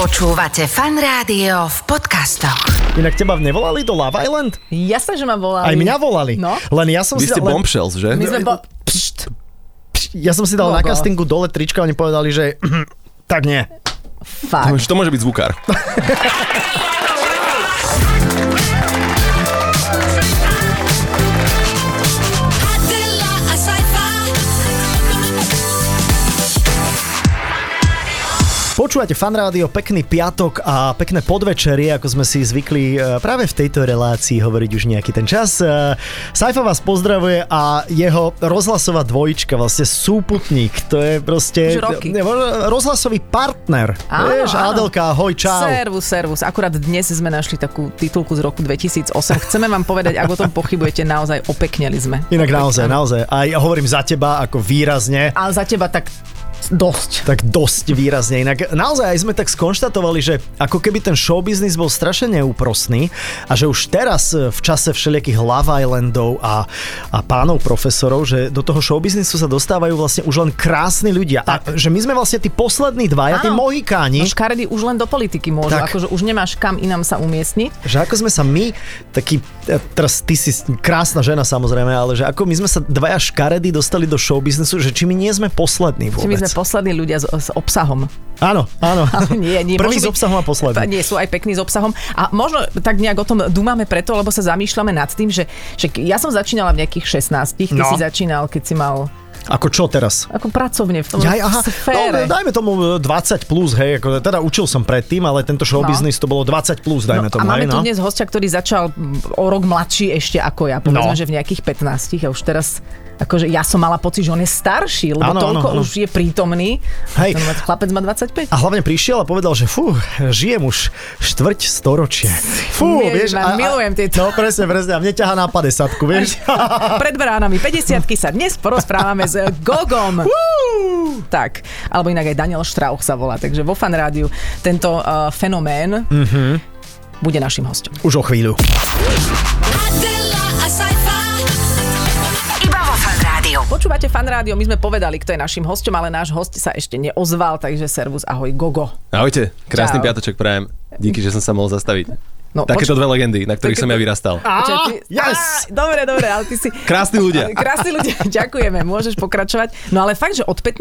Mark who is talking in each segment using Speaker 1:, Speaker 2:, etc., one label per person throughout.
Speaker 1: Počúvate fan rádio v podcastoch.
Speaker 2: Inak teba nevolali do Love Island?
Speaker 3: Jasné, že ma
Speaker 2: Aj
Speaker 3: volali.
Speaker 2: mňa volali.
Speaker 3: No.
Speaker 2: Len ja som
Speaker 4: Vy
Speaker 2: si
Speaker 4: ste
Speaker 2: dal, len,
Speaker 4: bombshells, že?
Speaker 3: My sme bo... Pšt,
Speaker 2: ja som si dal na
Speaker 3: Logo.
Speaker 2: castingu dole trička a oni povedali, že tak nie.
Speaker 3: fakt.
Speaker 4: Že to môže byť zvukár.
Speaker 5: Adela a Saifa.
Speaker 2: Počúvate fan rádio, pekný piatok a pekné podvečerie, ako sme si zvykli e, práve v tejto relácii hovoriť už nejaký ten čas. E, Saifa vás pozdravuje a jeho rozhlasová dvojička, vlastne súputník, to je proste
Speaker 3: Už roky.
Speaker 2: ne, rozhlasový partner.
Speaker 3: Áno,
Speaker 2: Vieš,
Speaker 3: áno.
Speaker 2: Adelka, ahoj, čau.
Speaker 3: Servus, servus. Akurát dnes sme našli takú titulku z roku 2008. Chceme vám povedať, ak o tom pochybujete, naozaj opekneli sme.
Speaker 2: Inak naozaj, naozaj. A ja hovorím za teba ako výrazne.
Speaker 3: Ale za teba tak dosť.
Speaker 2: tak dosť výrazne. Inak naozaj aj sme tak skonštatovali, že ako keby ten showbiznis bol strašne neúprosný a že už teraz e, v čase všelijakých Love Islandov a, a pánov profesorov, že do toho showbiznisu sa dostávajú vlastne už len krásni ľudia. A že my sme vlastne tí poslední dvaja, tí
Speaker 3: Áno. No
Speaker 2: mohikáni.
Speaker 3: škaredy už len do politiky môžu,
Speaker 2: Tak.
Speaker 3: akože už nemáš kam inám sa umiestniť.
Speaker 2: že ako sme sa my, taký, e, teraz ty si krásna žena samozrejme, ale že ako my sme sa dvaja škaredy dostali do showbiznisu, že či my nie sme poslední
Speaker 3: Či my
Speaker 2: vôbec.
Speaker 3: sme poslední ľudia s, s obsahom.
Speaker 2: Áno, áno.
Speaker 3: nie, nie,
Speaker 2: Prvý s
Speaker 3: môžu byť-
Speaker 2: obsahom a posledný.
Speaker 3: Nie, sú aj pekní s obsahom. A možno tak nejak o tom dúmame preto, lebo sa zamýšľame nad tým, že, že ja som začínala v nejakých 16, ty
Speaker 2: No.
Speaker 3: si začínal, keď si mal
Speaker 2: Ako čo teraz?
Speaker 3: ako pracovne v tom
Speaker 2: Ja, aha, no,
Speaker 3: sfére.
Speaker 2: dajme tomu e, 20 plus, hej, ako, teda učil som predtým, ale tento showbiznis to bolo 20 plus, dajme
Speaker 3: No,
Speaker 2: tomu,
Speaker 3: a
Speaker 2: hej,
Speaker 3: máme tu
Speaker 2: no.
Speaker 3: dnes hostia, ktorý začal mm, o rok mladší ešte ako ja, povedzme,
Speaker 2: No.
Speaker 3: že v nejakých 15 a už teraz akože ja som mala pocit, že on je starší, lebo
Speaker 2: Áno, áno,
Speaker 3: toľko
Speaker 2: áno.
Speaker 3: už je prítomný.
Speaker 2: Hej.
Speaker 3: Ten chlapec má 25.
Speaker 2: A hlavne prišiel a povedal, že fú, žijem už štvrť storočie. Fú,
Speaker 3: Ježiš,
Speaker 2: vieš.
Speaker 3: ma, milujem tieto.
Speaker 2: No presne, presne, a mne ťahá na 50 vieš.
Speaker 3: Pred bránami 50 sa dnes porozprávame s eh, Gogom. tak, alebo inak aj Daniel Štrauch sa volá, takže vo fan rádiu tento uh, fenomén
Speaker 2: Mhm.
Speaker 3: bude našim hostom.
Speaker 2: Už o chvíľu.
Speaker 5: Adela a Saifa.
Speaker 1: Iba vo fan rádiu.
Speaker 3: Počúvate fan rádio, my sme povedali, kto je našim hostom, ale náš host sa ešte neozval, takže servus, ahoj Gogo.
Speaker 4: Ahojte, krásny
Speaker 3: Čau.
Speaker 4: piatoček prajem. Díky, že som sa mohol zastaviť.
Speaker 3: No,
Speaker 4: Takéto
Speaker 3: poč-
Speaker 4: dve legendy, na ktorých som ja vyrastal.
Speaker 3: Počkaj, ty-
Speaker 2: yes!
Speaker 3: Á, dobre, dobre, ale ty si...
Speaker 4: Krásni ľudia.
Speaker 3: Krásni ľudia, ďakujeme, môžeš pokračovať. No ale fakt, že od 15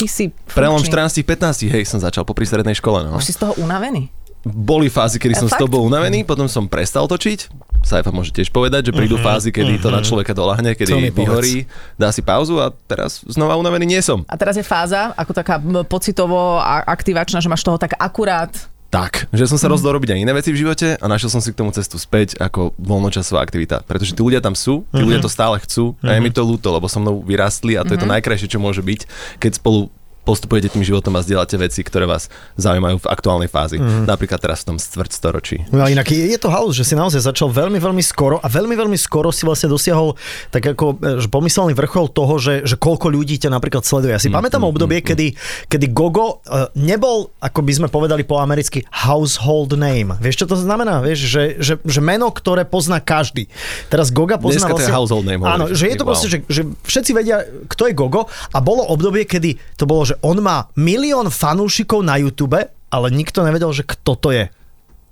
Speaker 3: ty si
Speaker 4: Prelom
Speaker 3: funkčný.
Speaker 4: 14-15, hej, som začal po strednej škole. No.
Speaker 3: Už si z toho unavený.
Speaker 4: Boli fázy, kedy
Speaker 3: A
Speaker 4: som s
Speaker 3: fakt?
Speaker 4: tobou unavený, potom som prestal točiť. Sajfa môže tiež povedať, že prídu fázy, kedy to na človeka
Speaker 2: To
Speaker 4: dolahne,
Speaker 2: mi
Speaker 4: kedy
Speaker 2: povedz.
Speaker 4: vyhorí, dá si pauzu a teraz znova unavený nie som.
Speaker 3: A teraz je fáza, ako taká m, pocitovo a aktivačná, že máš toho tak akurát.
Speaker 4: Tak, že
Speaker 2: Mhm.
Speaker 4: som sa rozhodol robiť aj iné veci v živote a našiel som si k tomu cestu späť ako voľnočasová aktivita. Pretože tí ľudia tam sú, tí
Speaker 2: Mhm.
Speaker 4: ľudia to stále chcú a je mi to ľúto, lebo so mnou vyrastli a to je to najkrajšie, čo môže byť, keď spolu postupujete tým životom a zdieľate veci, ktoré vás zaujímajú v aktuálnej fázi.
Speaker 2: Mhm.
Speaker 4: Napríklad teraz v tom stvrť storočí.
Speaker 2: No a inak je je to halus, že si naozaj začal veľmi, veľmi skoro a veľmi, veľmi skoro si vlastne dosiahol tak ako e, že pomyselný vrchol toho, že, že koľko ľudí ťa napríklad sleduje. Ja si
Speaker 4: Mm,
Speaker 2: pamätám obdobie, kedy, kedy Gogo e, nebol, ako by sme povedali po americky, household name. Vieš, čo to znamená? Vieš, že, že, že meno, ktoré pozná každý. Teraz Goga pozná vlastne-
Speaker 4: Dneska to je household name,
Speaker 2: Áno,
Speaker 4: hovoríš.
Speaker 2: že je to
Speaker 4: Wow.
Speaker 2: proste, že, že všetci vedia, kto je Gogo a bolo obdobie, kedy to bolo, že on má milión fanúšikov na YouTube, ale nikto nevedel, že kto to je.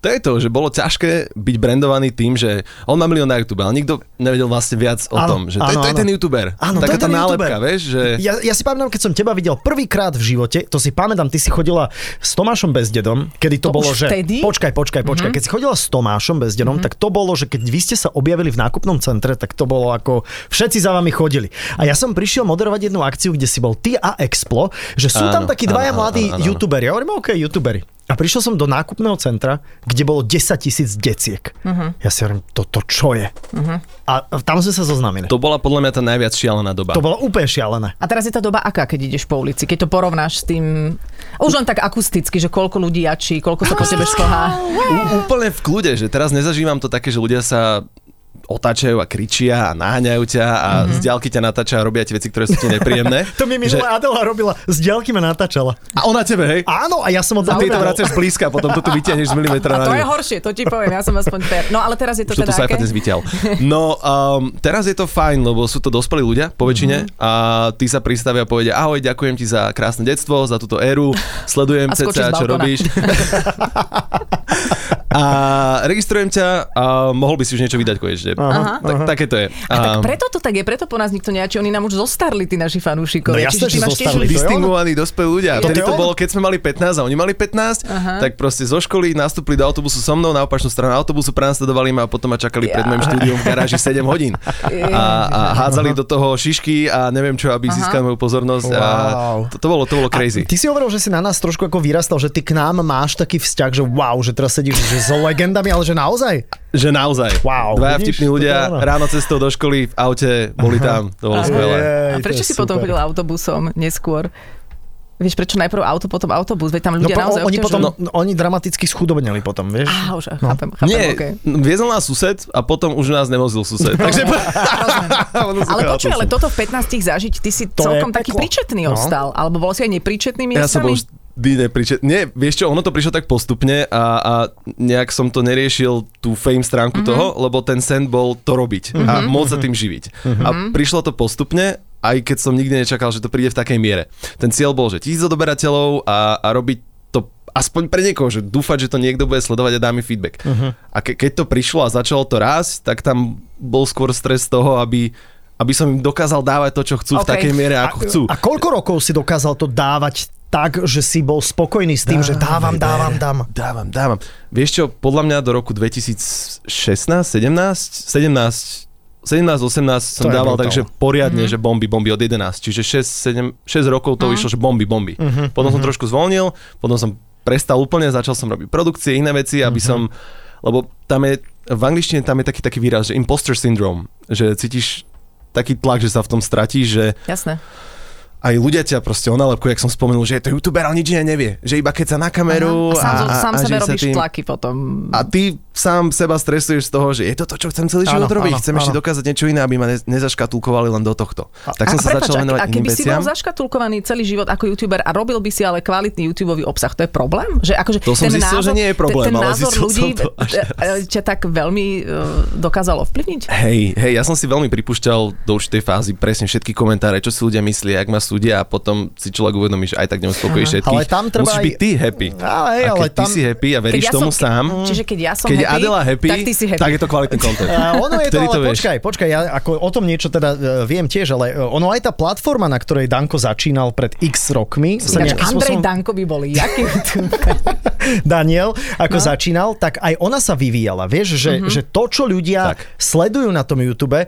Speaker 4: To je to, že bolo ťažké byť brandovaný tým, že on má milión na YouTube, ale nikto nevedel vlastne viac o
Speaker 2: Áno,
Speaker 4: tom, že to, je,
Speaker 2: áno,
Speaker 4: to je
Speaker 2: áno.
Speaker 4: ten YouTuber.
Speaker 2: Áno,
Speaker 4: Taká
Speaker 2: to je ten
Speaker 4: tá
Speaker 2: YouTuber.
Speaker 4: nálepka, vieš, že...
Speaker 2: Ja, ja si pamätám, keď som teba videl prvýkrát v živote, to si pamätám, ty si chodila s Tomášom Bezdedom, kedy to,
Speaker 3: To
Speaker 2: bolo,
Speaker 3: už
Speaker 2: že...
Speaker 3: vtedy? Mhm.
Speaker 2: Počkaj, počkaj, počkaj. Keď si chodila s Tomášom Bezdedom, tak to bolo, že keď vy ste sa objavili v nákupnom centre, tak to bolo ako všetci za vami chodili. A ja som prišiel moderovať jednu akciu, kde si bol ty a Explo, že sú tam
Speaker 4: Áno,
Speaker 2: takí dvaja
Speaker 4: áno, áno,
Speaker 2: mladí
Speaker 4: áno, áno.
Speaker 2: youtuberi. Ja hovorím, OK, youtuberi. A prišiel som do nákupného centra, kde bolo 10 tisíc deciek.
Speaker 3: Mhm.
Speaker 2: Ja si hovorím, toto čo je? A a tam sme sa zoznamili.
Speaker 4: To bola podľa mňa tá najviac šialená doba.
Speaker 2: To bolo úplne šialené.
Speaker 3: A teraz je tá doba aká, keď ideš po ulici, keď to porovnáš s tým, už len tak akusticky, že koľko ľudí jačí, koľko sa po tebe skohá.
Speaker 4: Ú- úplne v kľude, že teraz nezažívam to také, že ľudia sa otáčajú a kričia a náňajú ťa a mm-hmm. z diaľky ťa natáča a robia ti veci, ktoré sú ti nepríjemné.
Speaker 2: Mhm. To mi minulá Adela robila, z diaľky ma natáčala.
Speaker 4: A ona tebe, hej?
Speaker 2: Áno, a ja som od
Speaker 4: A ty to vraciaš blízka, potom to tu vyťahneš z milimetra
Speaker 2: Teda
Speaker 4: na
Speaker 3: To je
Speaker 4: ňu.
Speaker 3: horšie, to ti poviem, ja som aspoň fair. No ale teraz je to
Speaker 4: Už toto
Speaker 3: teda
Speaker 4: sa aj
Speaker 3: aké?
Speaker 4: dnes vyťahol. No, um, teraz je to fajn, lebo sú to dospelí ľudia
Speaker 3: Mhm.
Speaker 4: po väčšine mm-hmm. a tí sa pristavia a povedia, ahoj, ďakujem ti za krásne detstvo, za túto éru, sledujem
Speaker 3: A skočí
Speaker 4: cca,
Speaker 3: z
Speaker 4: čo
Speaker 3: balkóna.
Speaker 4: robíš. a registrujem ťa a mohol by si už niečo vydať konečne.
Speaker 2: Aha,
Speaker 4: tak, Také to je.
Speaker 3: A tak
Speaker 4: Um,
Speaker 3: preto to tak je, preto po nás nikto nejačí, oni nám už zostarli, tí naši
Speaker 2: No
Speaker 3: fanúšikovia.
Speaker 2: jasné,
Speaker 3: Čiže ty
Speaker 2: že
Speaker 3: máš tiež
Speaker 2: zostarli.
Speaker 3: ľudí-
Speaker 2: to je
Speaker 4: distingovaní dospelí ľudia.
Speaker 2: Toto
Speaker 4: Vtedy
Speaker 2: je
Speaker 4: to
Speaker 2: ono.
Speaker 4: bolo, keď sme mali 15 a oni mali 15,
Speaker 3: Aha.
Speaker 4: tak proste zo školy nastúpili do autobusu so mnou, na opačnú stranu autobusu, prenasledovali ma a potom ma čakali pred môjim štúdiom v garáži 7 hodín. A, a hádzali do toho šišky a neviem čo, aby získali moju pozornosť. A
Speaker 2: Wow.
Speaker 4: to, to, bolo, to bolo crazy.
Speaker 2: Ty si hovoril, že si na nás trošku ako vyrastal, že ty k nám máš taký vzťah, že wow, že teraz sedíš že so legendami, ale že naozaj?
Speaker 4: Že naozaj.
Speaker 2: Wow,
Speaker 4: Dvaja
Speaker 2: vidíš,
Speaker 4: vtipní ľudia
Speaker 2: toto je ono.
Speaker 4: ráno cestou do školy v aute boli tam. To bolo skvelé.
Speaker 2: Jej,
Speaker 3: A
Speaker 2: to
Speaker 3: prečo
Speaker 2: je
Speaker 3: si potom
Speaker 2: super.
Speaker 3: chodil autobusom neskôr? Vieš, prečo najprv auto, potom autobus? Veď tam ľudia
Speaker 2: po-
Speaker 3: naozaj
Speaker 2: oni potom,
Speaker 3: obťažujú.
Speaker 2: no, oni dramaticky schudobneli potom, vieš?
Speaker 3: Á, už chápem, chápem,
Speaker 4: Nie,
Speaker 3: okej.
Speaker 4: viezol nás sused a potom už nás nevozil
Speaker 2: No.
Speaker 4: sused. Takže... Ono sa
Speaker 3: Ale
Speaker 4: chodilo
Speaker 3: počuj, ale
Speaker 4: autobusom.
Speaker 3: toto v 15 zažiť, ty si
Speaker 2: To je
Speaker 3: celkom taký
Speaker 2: peklo.
Speaker 3: príčetný
Speaker 2: No.
Speaker 3: ostal. Alebo bol si aj nepríčetný miestami?
Speaker 4: Ja som bol vždy nepričet... Nie, vieš čo, ono to prišlo tak postupne a, a nejak som to neriešil tú fame stránku
Speaker 3: Mhm.
Speaker 4: mm-hmm. toho, lebo ten sen bol to robiť mm-hmm. a
Speaker 2: Mhm.
Speaker 4: môcť sa tým živiť. Mm-hmm. A prišlo to postupne, aj keď som nikdy nečakal, že to príde v takej miere. Ten cieľ bol, že tisíc odoberateľov a, a robiť to aspoň pre niekoho, že dúfať, že to niekto bude sledovať a dá mi feedback.
Speaker 2: Mhm.
Speaker 4: Uh-huh. A ke- keď to prišlo a začalo to rásť, tak tam bol skôr stres toho, aby, aby som im dokázal dávať to, čo chcú okay. v
Speaker 3: OK.
Speaker 4: takej miere, ako chcú.
Speaker 2: A koľko rokov si dokázal to dávať tak, že si bol spokojný s tým, že dávam, dávam, dám?
Speaker 4: Dávam, dávam. Vieš čo, podľa mňa do roku 2016, 17, 17, 17, 18
Speaker 2: To je
Speaker 4: som dával
Speaker 2: brutál.
Speaker 4: takže
Speaker 3: Mhm.
Speaker 4: poriadne, mm-hmm. že bomby, bomby od 11. Čiže 6, 7, 6 rokov to mm. išlo, že bomby, bomby.
Speaker 3: Mhm,
Speaker 4: Mm-hmm. Potom som trošku zvolnil, potom som prestal úplne, začal som robiť produkcie, iné veci, aby
Speaker 3: Mhm.
Speaker 4: mm-hmm. som, lebo tam je, v angličtine tam je taký, taký výraz, že imposter syndrome, že cítiš taký tlak, že sa v tom stratíš, že
Speaker 3: Jasné.
Speaker 4: aj ľudia ťa proste onálepkujú, jak som spomenul, že je to youtuber, ale nič iné nevie. Že iba keď sa na
Speaker 3: Aha.
Speaker 4: kameru...
Speaker 3: a sám, zo- sám sebe
Speaker 4: živí sa
Speaker 3: robíš
Speaker 4: tým.
Speaker 3: tlaky potom.
Speaker 4: A ty sám seba stresuješ z toho, že je to to, čo chcem celý
Speaker 2: Áno,
Speaker 4: život robiť.
Speaker 2: áno,
Speaker 4: Chcem ešte
Speaker 2: áno.
Speaker 4: dokázať niečo iné, aby ma ne- nezaškatulkovali len do tohto. Tak
Speaker 3: a
Speaker 4: som sa
Speaker 3: prepáč,
Speaker 4: začal venovať
Speaker 3: a, a
Speaker 4: iným
Speaker 3: keby si bol
Speaker 4: veciam.
Speaker 3: zaškatulkovaný celý život ako youtuber a robil by si ale kvalitný youtubeový obsah, to je problém? Že akože
Speaker 4: To som
Speaker 3: ten
Speaker 4: zistil,
Speaker 3: názor,
Speaker 4: že nie je problém,
Speaker 3: ten, ten
Speaker 4: ale
Speaker 3: názor
Speaker 4: zistil som
Speaker 3: ľudí
Speaker 4: to až
Speaker 3: e, e, ťa tak veľmi e, dokázalo ovplyvniť?
Speaker 4: Hej, hej, ja som si veľmi pripúšťal do určitej fázy presne všetky komentáre, čo si ľudia myslia, ak ma súdia a potom si človek uvedomí, že aj tak neuspokojíš všetkých.
Speaker 2: Ale tam treba
Speaker 4: Musíš
Speaker 2: aj-
Speaker 4: byť ty happy.
Speaker 3: No,
Speaker 2: Ale-
Speaker 4: a keď
Speaker 2: ale
Speaker 4: ty
Speaker 2: tam-
Speaker 4: si happy a veríš
Speaker 3: Keď ja
Speaker 4: tomu
Speaker 3: som-
Speaker 4: sám,
Speaker 3: Čiže keď ja som
Speaker 4: keď je
Speaker 3: happy,
Speaker 4: Adela happy,
Speaker 3: tak ty si happy.
Speaker 4: tak je to kvalitný content.
Speaker 2: A ono je to,
Speaker 4: Vtedy
Speaker 2: ale
Speaker 4: vieš.
Speaker 2: počkaj, počkaj, ja ako o tom niečo teda e, viem tiež, ale e, ono aj tá platforma, na ktorej Danko začínal pred x rokmi, sa
Speaker 3: Ináč,
Speaker 2: nejakým
Speaker 3: Andrej
Speaker 2: spôsobom,
Speaker 3: Danko by boli, jaký
Speaker 2: Daniel, ako no. začínal, tak aj ona sa vyvíjala. Vieš, že,
Speaker 3: Mhm.
Speaker 2: že to, čo ľudia
Speaker 4: Tak.
Speaker 2: sledujú na tom YouTube, e,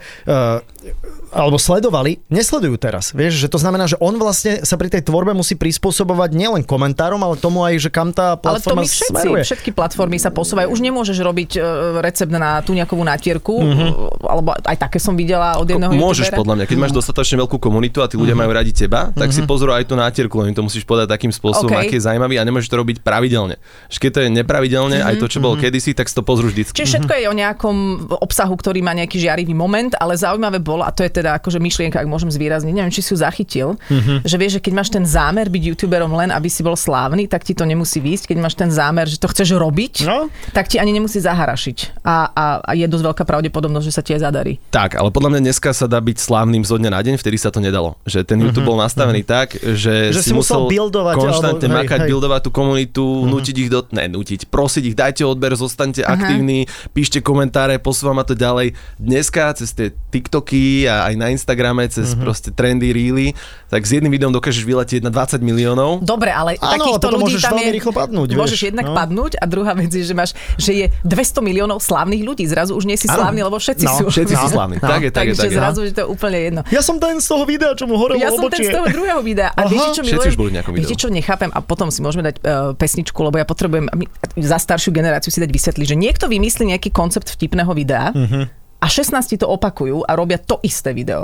Speaker 2: alebo sledovali, nesledujú teraz. Vieš, že to znamená, že on vlastne sa pri tej tvorbe musí prispôsobovať nielen komentárom, ale tomu aj, že kam tá
Speaker 3: Ale to
Speaker 2: platforma
Speaker 3: my všetci,
Speaker 2: smeruje.
Speaker 3: všetky platformy sa posúvajú. Už nemôžeš robiť e, recept na tú nejakú natierku, e, alebo aj také som videla od jedného
Speaker 4: Mhm. Môžeš
Speaker 3: youtubera. Mhm.
Speaker 4: podľa mňa, keď máš dostatočne veľkú komunitu a tí ľudia majú radi teba, tak si pozrú aj tú nátierku, len im to musíš podať takým spôsobom,
Speaker 3: OK.
Speaker 4: aký je zaujímavý a nemôžeš to robiť pravidelne. Že keď to je nepravidelne,
Speaker 3: Mhm,
Speaker 4: aj to, čo bolo kedysi, tak si to pozrú vždycky.
Speaker 3: Čiže
Speaker 2: Mhm.
Speaker 3: všetko je o nejakom obsahu, ktorý má nejaký žiarivý moment, ale zaujímavé bolo, a to je teda akože myšlienka, ak môžem zvýrazniť, neviem, či si ju zachytil,
Speaker 2: Mhm.
Speaker 3: že vieš, že keď máš ten zámer byť youtuberom len, aby si bol slávny, tak ti to nemusí výjsť. Keď máš ten zámer, že to chceš robiť,
Speaker 2: No.
Speaker 3: tak ti ani nemusí zaharašiť. A, a, a je dosť veľká pravdepodobnosť, že sa ti aj zadarí.
Speaker 4: Tak, ale podľa mňa dneska sa dá byť slávnym zo dňa na deň, vtedy sa to nedalo. Že ten YouTube bol nastavený tak, že,
Speaker 2: Mhm. Že si musel buildovať,
Speaker 4: konštantne
Speaker 2: alebo- hej,
Speaker 4: makať,
Speaker 2: hej. Mhm.
Speaker 4: buildovať tú komunitu, nútiť ich do... Ne, nútiť, prosiť ich, dajte odber, zostaňte aktívni, píšte komentáre, posúvam ma to ďalej. Dneska cez tie TikToky a aj na Instagrame, cez
Speaker 2: Mhm.
Speaker 4: proste trendy, reely, tak s jedným videom dokážeš vyletieť na 20 miliónov.
Speaker 3: Dobre, ale
Speaker 2: Áno,
Speaker 3: takýchto
Speaker 2: ale potom
Speaker 3: ľudí
Speaker 2: môžeš
Speaker 3: tam
Speaker 2: veľmi
Speaker 3: je...
Speaker 2: rýchlo padnúť, vieš,
Speaker 3: Môžeš jednak
Speaker 2: no.
Speaker 3: padnúť a druhá vec je, že máš, že je 200 miliónov slávnych ľudí. Zrazu už nie si
Speaker 2: Áno.
Speaker 3: slávny, lebo všetci
Speaker 2: No,
Speaker 3: sú.
Speaker 4: Všetci sú slávni.
Speaker 2: No.
Speaker 4: Tak je, tak je,
Speaker 3: Takže
Speaker 4: tak je.
Speaker 3: zrazu, že to je úplne jedno.
Speaker 2: Ja som ten z toho videa, čo mu horelo
Speaker 3: Ja som ten
Speaker 2: obočie.
Speaker 3: z toho druhého videa. A
Speaker 2: Aha.
Speaker 3: viete, čo
Speaker 4: Všetci
Speaker 3: milujem?
Speaker 4: už boli v nejakom videu.
Speaker 3: Viete, čo nechápem? A potom si môžeme dať uh, pesničku, lebo ja potrebujem my- za staršiu generáciu si dať vysvetliť, že niekto vymyslí nejaký koncept vtipného videa
Speaker 2: Mhm.
Speaker 3: a 16 ti to opakujú a robia to isté video.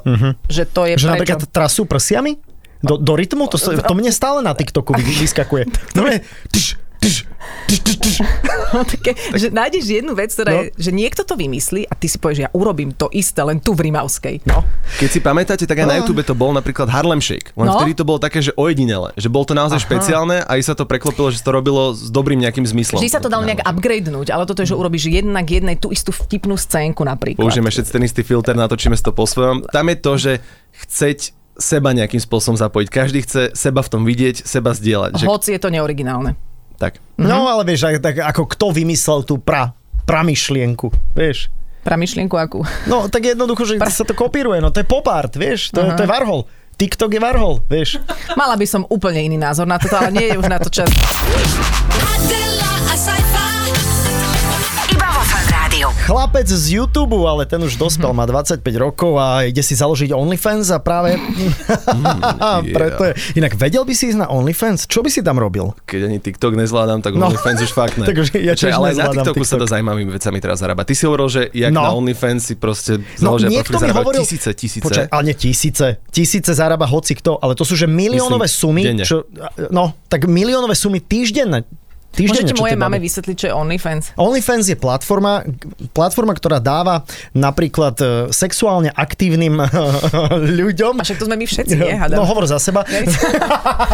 Speaker 3: Že to je
Speaker 2: Mhm. Že
Speaker 3: prečo?
Speaker 2: napríklad trasú prsiami? Do, do rytmu? To, sa- to mne stále na TikToku vy- vyskakuje. No ne, tš, tš,
Speaker 3: No, také, že nájdeš jednu vec, ktorá
Speaker 2: No.
Speaker 3: no. je, že niekto to vymyslí a ty si povieš, ja urobím to isté, len tu v Rimavskej. No.
Speaker 4: Keď si pamätáte, tak aj
Speaker 2: Oh.
Speaker 4: na YouTube to bol napríklad Harlem Shake. Len no?
Speaker 3: No.
Speaker 4: vtedy to bolo také, že ojedinele. Že bol to naozaj Aha. špeciálne a aj sa to preklopilo, že sa to robilo s dobrým nejakým zmyslom. No.
Speaker 3: Vždy sa to dalo nejak upgradenúť, ale toto je, že urobíš jednak jednej tú istú vtipnú scénku napríklad.
Speaker 4: Použijeme všetci ten istý filter, natočíme si to po svojom. Tam je to, že chceť seba nejakým spôsobom zapojiť. Každý chce seba v tom vidieť, seba zdieľať. Že...
Speaker 3: Hoci je to neoriginálne.
Speaker 4: Tak.
Speaker 2: No ale vieš, ak- tak ako kto vymyslel tú pra, pramyšlienku, vieš.
Speaker 3: Pra myšlienku akú.
Speaker 2: No tak jednoducho, že sa to kopíruje, no to je pop art, vieš, to, je, to je Varhol. TikTok je Varhol, vieš.
Speaker 3: Mala by som úplne iný názor na toto, ale nie je už na to čas.
Speaker 5: Adela, a sci-fi.
Speaker 1: Iba vo fan rádiu.
Speaker 2: Chlapec z YouTube, ale ten už dospel, má 25 rokov a ide si založiť OnlyFans a práve...
Speaker 4: yeah.
Speaker 2: Preto je. Inak vedel by si ísť na OnlyFans? Čo by si tam robil?
Speaker 4: Keď ani TikTok nezvládam, tak
Speaker 2: No.
Speaker 4: no. OnlyFans už fakt ne.
Speaker 2: Tak už ja
Speaker 4: Čo,
Speaker 2: tiež
Speaker 4: ale aj na
Speaker 2: nezvládam
Speaker 4: TikToku sa dá
Speaker 2: TikTok.
Speaker 4: zaujímavými vecami teraz zarábať. Ty si hovoril, že jak
Speaker 2: No.
Speaker 4: no. na OnlyFans si proste
Speaker 2: No
Speaker 4: založia
Speaker 2: niekto
Speaker 4: profil,
Speaker 2: mi
Speaker 4: zarábajú
Speaker 2: hovoril...
Speaker 4: tisíce, tisíce.
Speaker 2: Počkaj, ale nie tisíce. Tisíce zarába hoci kto, ale to sú že miliónové
Speaker 4: Myslím,
Speaker 2: sumy.
Speaker 4: denne.
Speaker 2: Čo, no, tak miliónové sumy týždenne. týždenne
Speaker 3: Môžete
Speaker 2: čo
Speaker 3: mojej
Speaker 2: tie baby-
Speaker 3: mame vysvetliť, čo je OnlyFans?
Speaker 2: OnlyFans je platforma, platforma, ktorá dáva napríklad e, sexuálne aktívnym ľuďom.
Speaker 3: A však to sme my všetci, nie? Hada.
Speaker 2: No hovor za seba.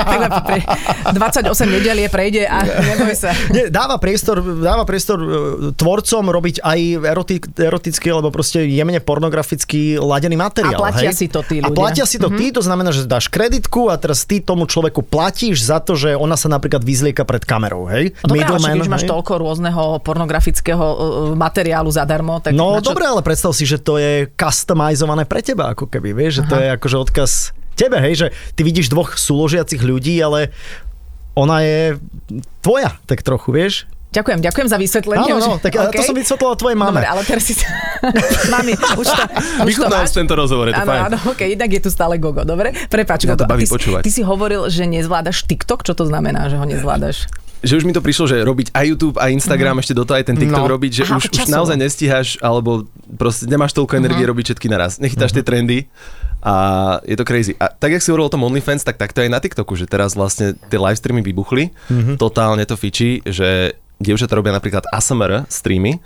Speaker 3: Tak na popri- 28 nedelie prejde a neboj sa.
Speaker 2: Nie, dáva priestor, dáva priestor e, tvorcom robiť aj erotik, erotický alebo proste jemne pornografický ladený materiál.
Speaker 3: A platia
Speaker 2: hej?
Speaker 3: si to tí
Speaker 2: A
Speaker 3: ľudia. Mhm.
Speaker 2: platia si to ty, to znamená, že dáš kreditku a teraz ty tomu človeku platíš za to, že ona sa napríklad vyzlieka pred kamerou, hej?
Speaker 3: Dobre, ale No však, keď už máš
Speaker 2: hej?
Speaker 3: toľko rôzneho pornografického uh, materiálu zadarmo, tak
Speaker 2: No
Speaker 3: na čo...
Speaker 2: dobre, ale predstav si, že to je customizované pre teba, ako keby, vieš, že to je akože odkaz tebe, hej, že ty vidíš dvoch súložiacich ľudí, ale ona je tvoja, tak trochu, vieš?
Speaker 3: Ďakujem, ďakujem za vysvetlenie.
Speaker 2: Áno,
Speaker 3: Už-
Speaker 2: no, tak okay. to
Speaker 3: okej.
Speaker 2: som vysvetloval tvojej mame.
Speaker 3: Dobre, ale teraz si... Mami, už to, už to
Speaker 4: Vychutnám
Speaker 3: máš?
Speaker 4: si tento rozhovor, je to
Speaker 3: Áno,
Speaker 4: fajn.
Speaker 3: áno, okay, jednak je tu stále Gogo, dobre? Prepač,
Speaker 4: Mňa
Speaker 3: Gogo.
Speaker 4: to
Speaker 3: a
Speaker 4: baví
Speaker 3: ty, si-
Speaker 4: počúvať.
Speaker 3: ty si hovoril, že nezvládaš TikTok, čo to znamená, že ho nezvládaš?
Speaker 4: že už mi to prišlo, že robiť aj YouTube, aj Instagram, mm. ešte do toho aj ten
Speaker 2: No.
Speaker 4: TikTok no. robiť, že
Speaker 3: Aha,
Speaker 4: Aha, už,
Speaker 3: to
Speaker 4: už
Speaker 3: časovo.
Speaker 4: naozaj nestíhaš, alebo proste nemáš toľko energie robiť všetky naraz. Nechytáš tie trendy a je to crazy. A tak, jak si hovoril o tom OnlyFans, tak takto aj na TikToku, že teraz vlastne tie livestreamy vybuchli, totálne to fičí, že dievčatá robia napríklad ASMR streamy,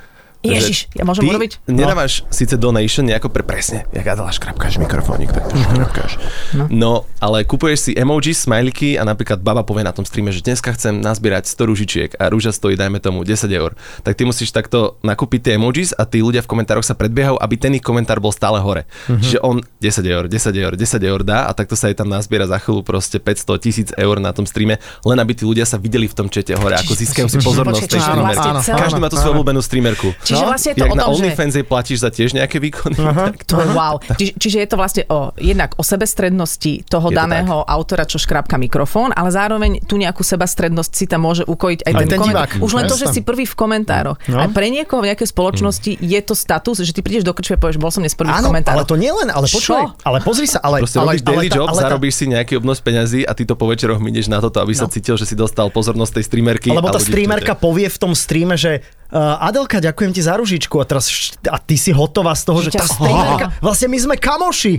Speaker 3: Ježiš,
Speaker 4: že
Speaker 3: ja môžem
Speaker 4: ty
Speaker 3: urobiť?
Speaker 4: Nedávaš síce donation nejako pre presne, jak Adela škrapkáš mikrofónik, tak to
Speaker 3: Mhm.
Speaker 4: škrapkáš. No. no. ale kupuješ si emoji, smajlíky a napríklad baba povie na tom streame, že dneska chcem nazbierať 100 ružičiek a rúža stojí, dajme tomu, 10 eur. Tak ty musíš takto nakúpiť tie emojis a tí ľudia v komentároch sa predbiehajú, aby ten ich komentár bol stále hore.
Speaker 3: Mhm.
Speaker 4: Čiže on 10 eur, 10 eur, 10 eur dá a takto sa jej tam nazbiera za chvíľu proste 500 tisíc eur na tom streame, len aby tí ľudia sa videli v tom čete hore, ako získajú si pozornosť
Speaker 3: Počkej,
Speaker 4: tej
Speaker 3: čiže
Speaker 4: streamerky.
Speaker 3: vlastne celé-
Speaker 4: Každý má tu svoju obľúbenú streamerku. No,
Speaker 3: Čiže vlastne je to
Speaker 4: Jak
Speaker 3: o
Speaker 4: na
Speaker 3: tom, že-
Speaker 4: OnlyFans jej platíš za tiež nejaké výkony. Tak
Speaker 3: To je wow. Či, čiže je to vlastne o, jednak o sebestrednosti toho
Speaker 4: Je to
Speaker 3: daného tak. autora, čo škrábka mikrofón, ale zároveň tu nejakú sebastrednosť si tam môže ukojiť aj,
Speaker 2: Aj
Speaker 3: ten,
Speaker 2: ten
Speaker 3: komentár.
Speaker 2: divák.
Speaker 3: Už len to, že
Speaker 2: Jasné.
Speaker 3: si prvý v komentároch.
Speaker 2: No. Mm.
Speaker 3: No. Aj pre niekoho v nejakej spoločnosti je to status, že ty prídeš do krčia a povieš, bol som dnes prvý v
Speaker 2: Áno, ale
Speaker 3: komentároch.
Speaker 2: to nie len, ale
Speaker 3: Čo?
Speaker 2: počkaj, ale pozri sa, ale...
Speaker 4: Proste
Speaker 2: ale,
Speaker 4: robíš daily
Speaker 2: tá-
Speaker 4: job,
Speaker 2: tá-
Speaker 4: zarobíš si nejaký obnos peňazí a ty to po večeroch minieš na toto, aby sa cítil, že si dostal pozornosť tej streamerky.
Speaker 2: No. Alebo
Speaker 4: a
Speaker 2: tá
Speaker 4: ľudí v
Speaker 2: streamerka
Speaker 4: čete.
Speaker 2: povie v tom streame, že uh, Adelka, ďakujem ti za ružičku a teraz št- a ty si hotová z toho, že
Speaker 3: Že ťa
Speaker 2: tá
Speaker 3: s-
Speaker 2: streamerka, vlastne my sme kamoši.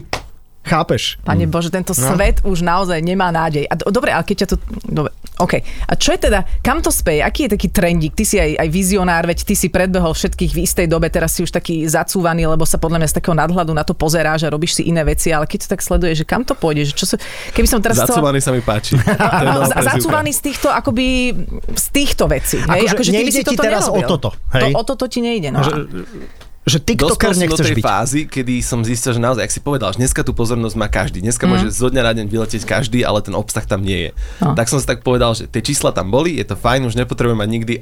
Speaker 2: Chápeš?
Speaker 3: Pane Bože, tento no. svet už naozaj nemá nádej. A do, dobre, ale keď ťa to... Dobre, OK. A čo je teda, kam to speje? Aký je taký trendík? Ty si aj, aj vizionár, veď ty si predbehol všetkých v istej dobe, teraz si už taký zacúvaný, lebo sa podľa mňa z takého nadhľadu na to pozeráš a robíš si iné veci, ale keď to tak sleduješ, že kam to pôjde? Že čo sa, keby som teraz chcela...
Speaker 4: Zacúvaný sa mi páči. To
Speaker 2: Teda
Speaker 4: je
Speaker 3: No,
Speaker 4: nová
Speaker 3: za-
Speaker 4: prezivka.
Speaker 3: zacúvaný z týchto, akoby z týchto vecí. hej?
Speaker 2: Akože
Speaker 3: ty by
Speaker 2: nejde
Speaker 3: si
Speaker 2: ti
Speaker 3: toto
Speaker 2: teraz o
Speaker 3: nerobil.
Speaker 2: toto, hej?
Speaker 3: To, o toto ti nejde. No.
Speaker 2: Že- Že
Speaker 4: Dospel
Speaker 2: TikToker
Speaker 4: som do
Speaker 2: nechceš
Speaker 4: tej
Speaker 2: byť.
Speaker 4: fázy, kedy som zistil, že naozaj, ak si povedal, že dneska tú pozornosť má každý, dneska mm. môže zo dňa na deň vyletieť každý, ale ten obsah tam nie je. No. Tak som si tak povedal, že tie čísla tam boli, je to fajn, už nepotrebujem mať nikdy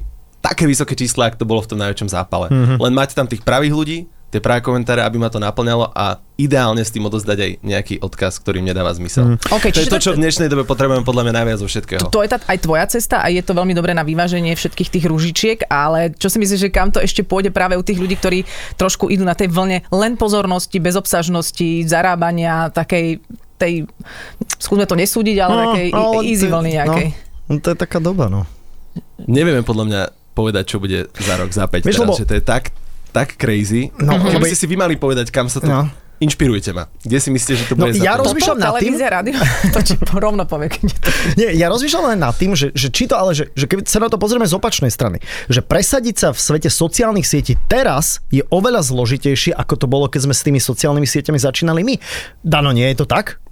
Speaker 4: také vysoké čísla, ako to bolo v tom najväčšom zápale. Mm-hmm. Len máte tam tých pravých ľudí, tie práve komentáre, aby ma to naplňalo a ideálne s tým odozdať aj nejaký odkaz, ktorý im nedáva zmysel. Mm.
Speaker 3: OK,
Speaker 4: to je
Speaker 3: čiže
Speaker 4: to, čo
Speaker 3: tak-
Speaker 4: v dnešnej dobe potrebujeme podľa mňa najviac zo všetkého.
Speaker 3: To je tá, aj tvoja cesta a je to veľmi dobré na vyváženie všetkých tých ružičiek, ale čo si myslíš, že kam to ešte pôjde práve u tých ľudí, ktorí trošku idú na tej vlne len pozornosti, bezobsažnosti, zarábania, takej tej, skúsme to nesúdiť, ale no, takej ale easy
Speaker 2: to-
Speaker 3: vlny nejakej. No.
Speaker 2: No, to je taká doba, no.
Speaker 4: Nevieme podľa mňa povedať, čo bude za rok, za 5
Speaker 2: Vieš,
Speaker 4: teraz,
Speaker 2: lebo-
Speaker 4: že to je tak, tak crazy.
Speaker 2: No,
Speaker 4: No, Keby
Speaker 2: lebo-
Speaker 4: ste si vy mali povedať, kam sa to
Speaker 2: No.
Speaker 4: no. Inšpirujte ma. Kde si myslíte, že to
Speaker 2: No,
Speaker 4: bude za
Speaker 2: ja
Speaker 4: to?
Speaker 2: rozmi- Rozmýšľam nad tým-
Speaker 3: Televízia, rádio, to či rovno povie, keď je to.
Speaker 2: Nie, ja rozmýšľam len nad tým, že, že či to, ale že, že keď sa na to pozrieme z opačnej strany, že presadiť sa v svete sociálnych sietí teraz je oveľa zložitejšie, ako to bolo, keď sme s tými sociálnymi sieťami začínali my. Dano, nie je to tak?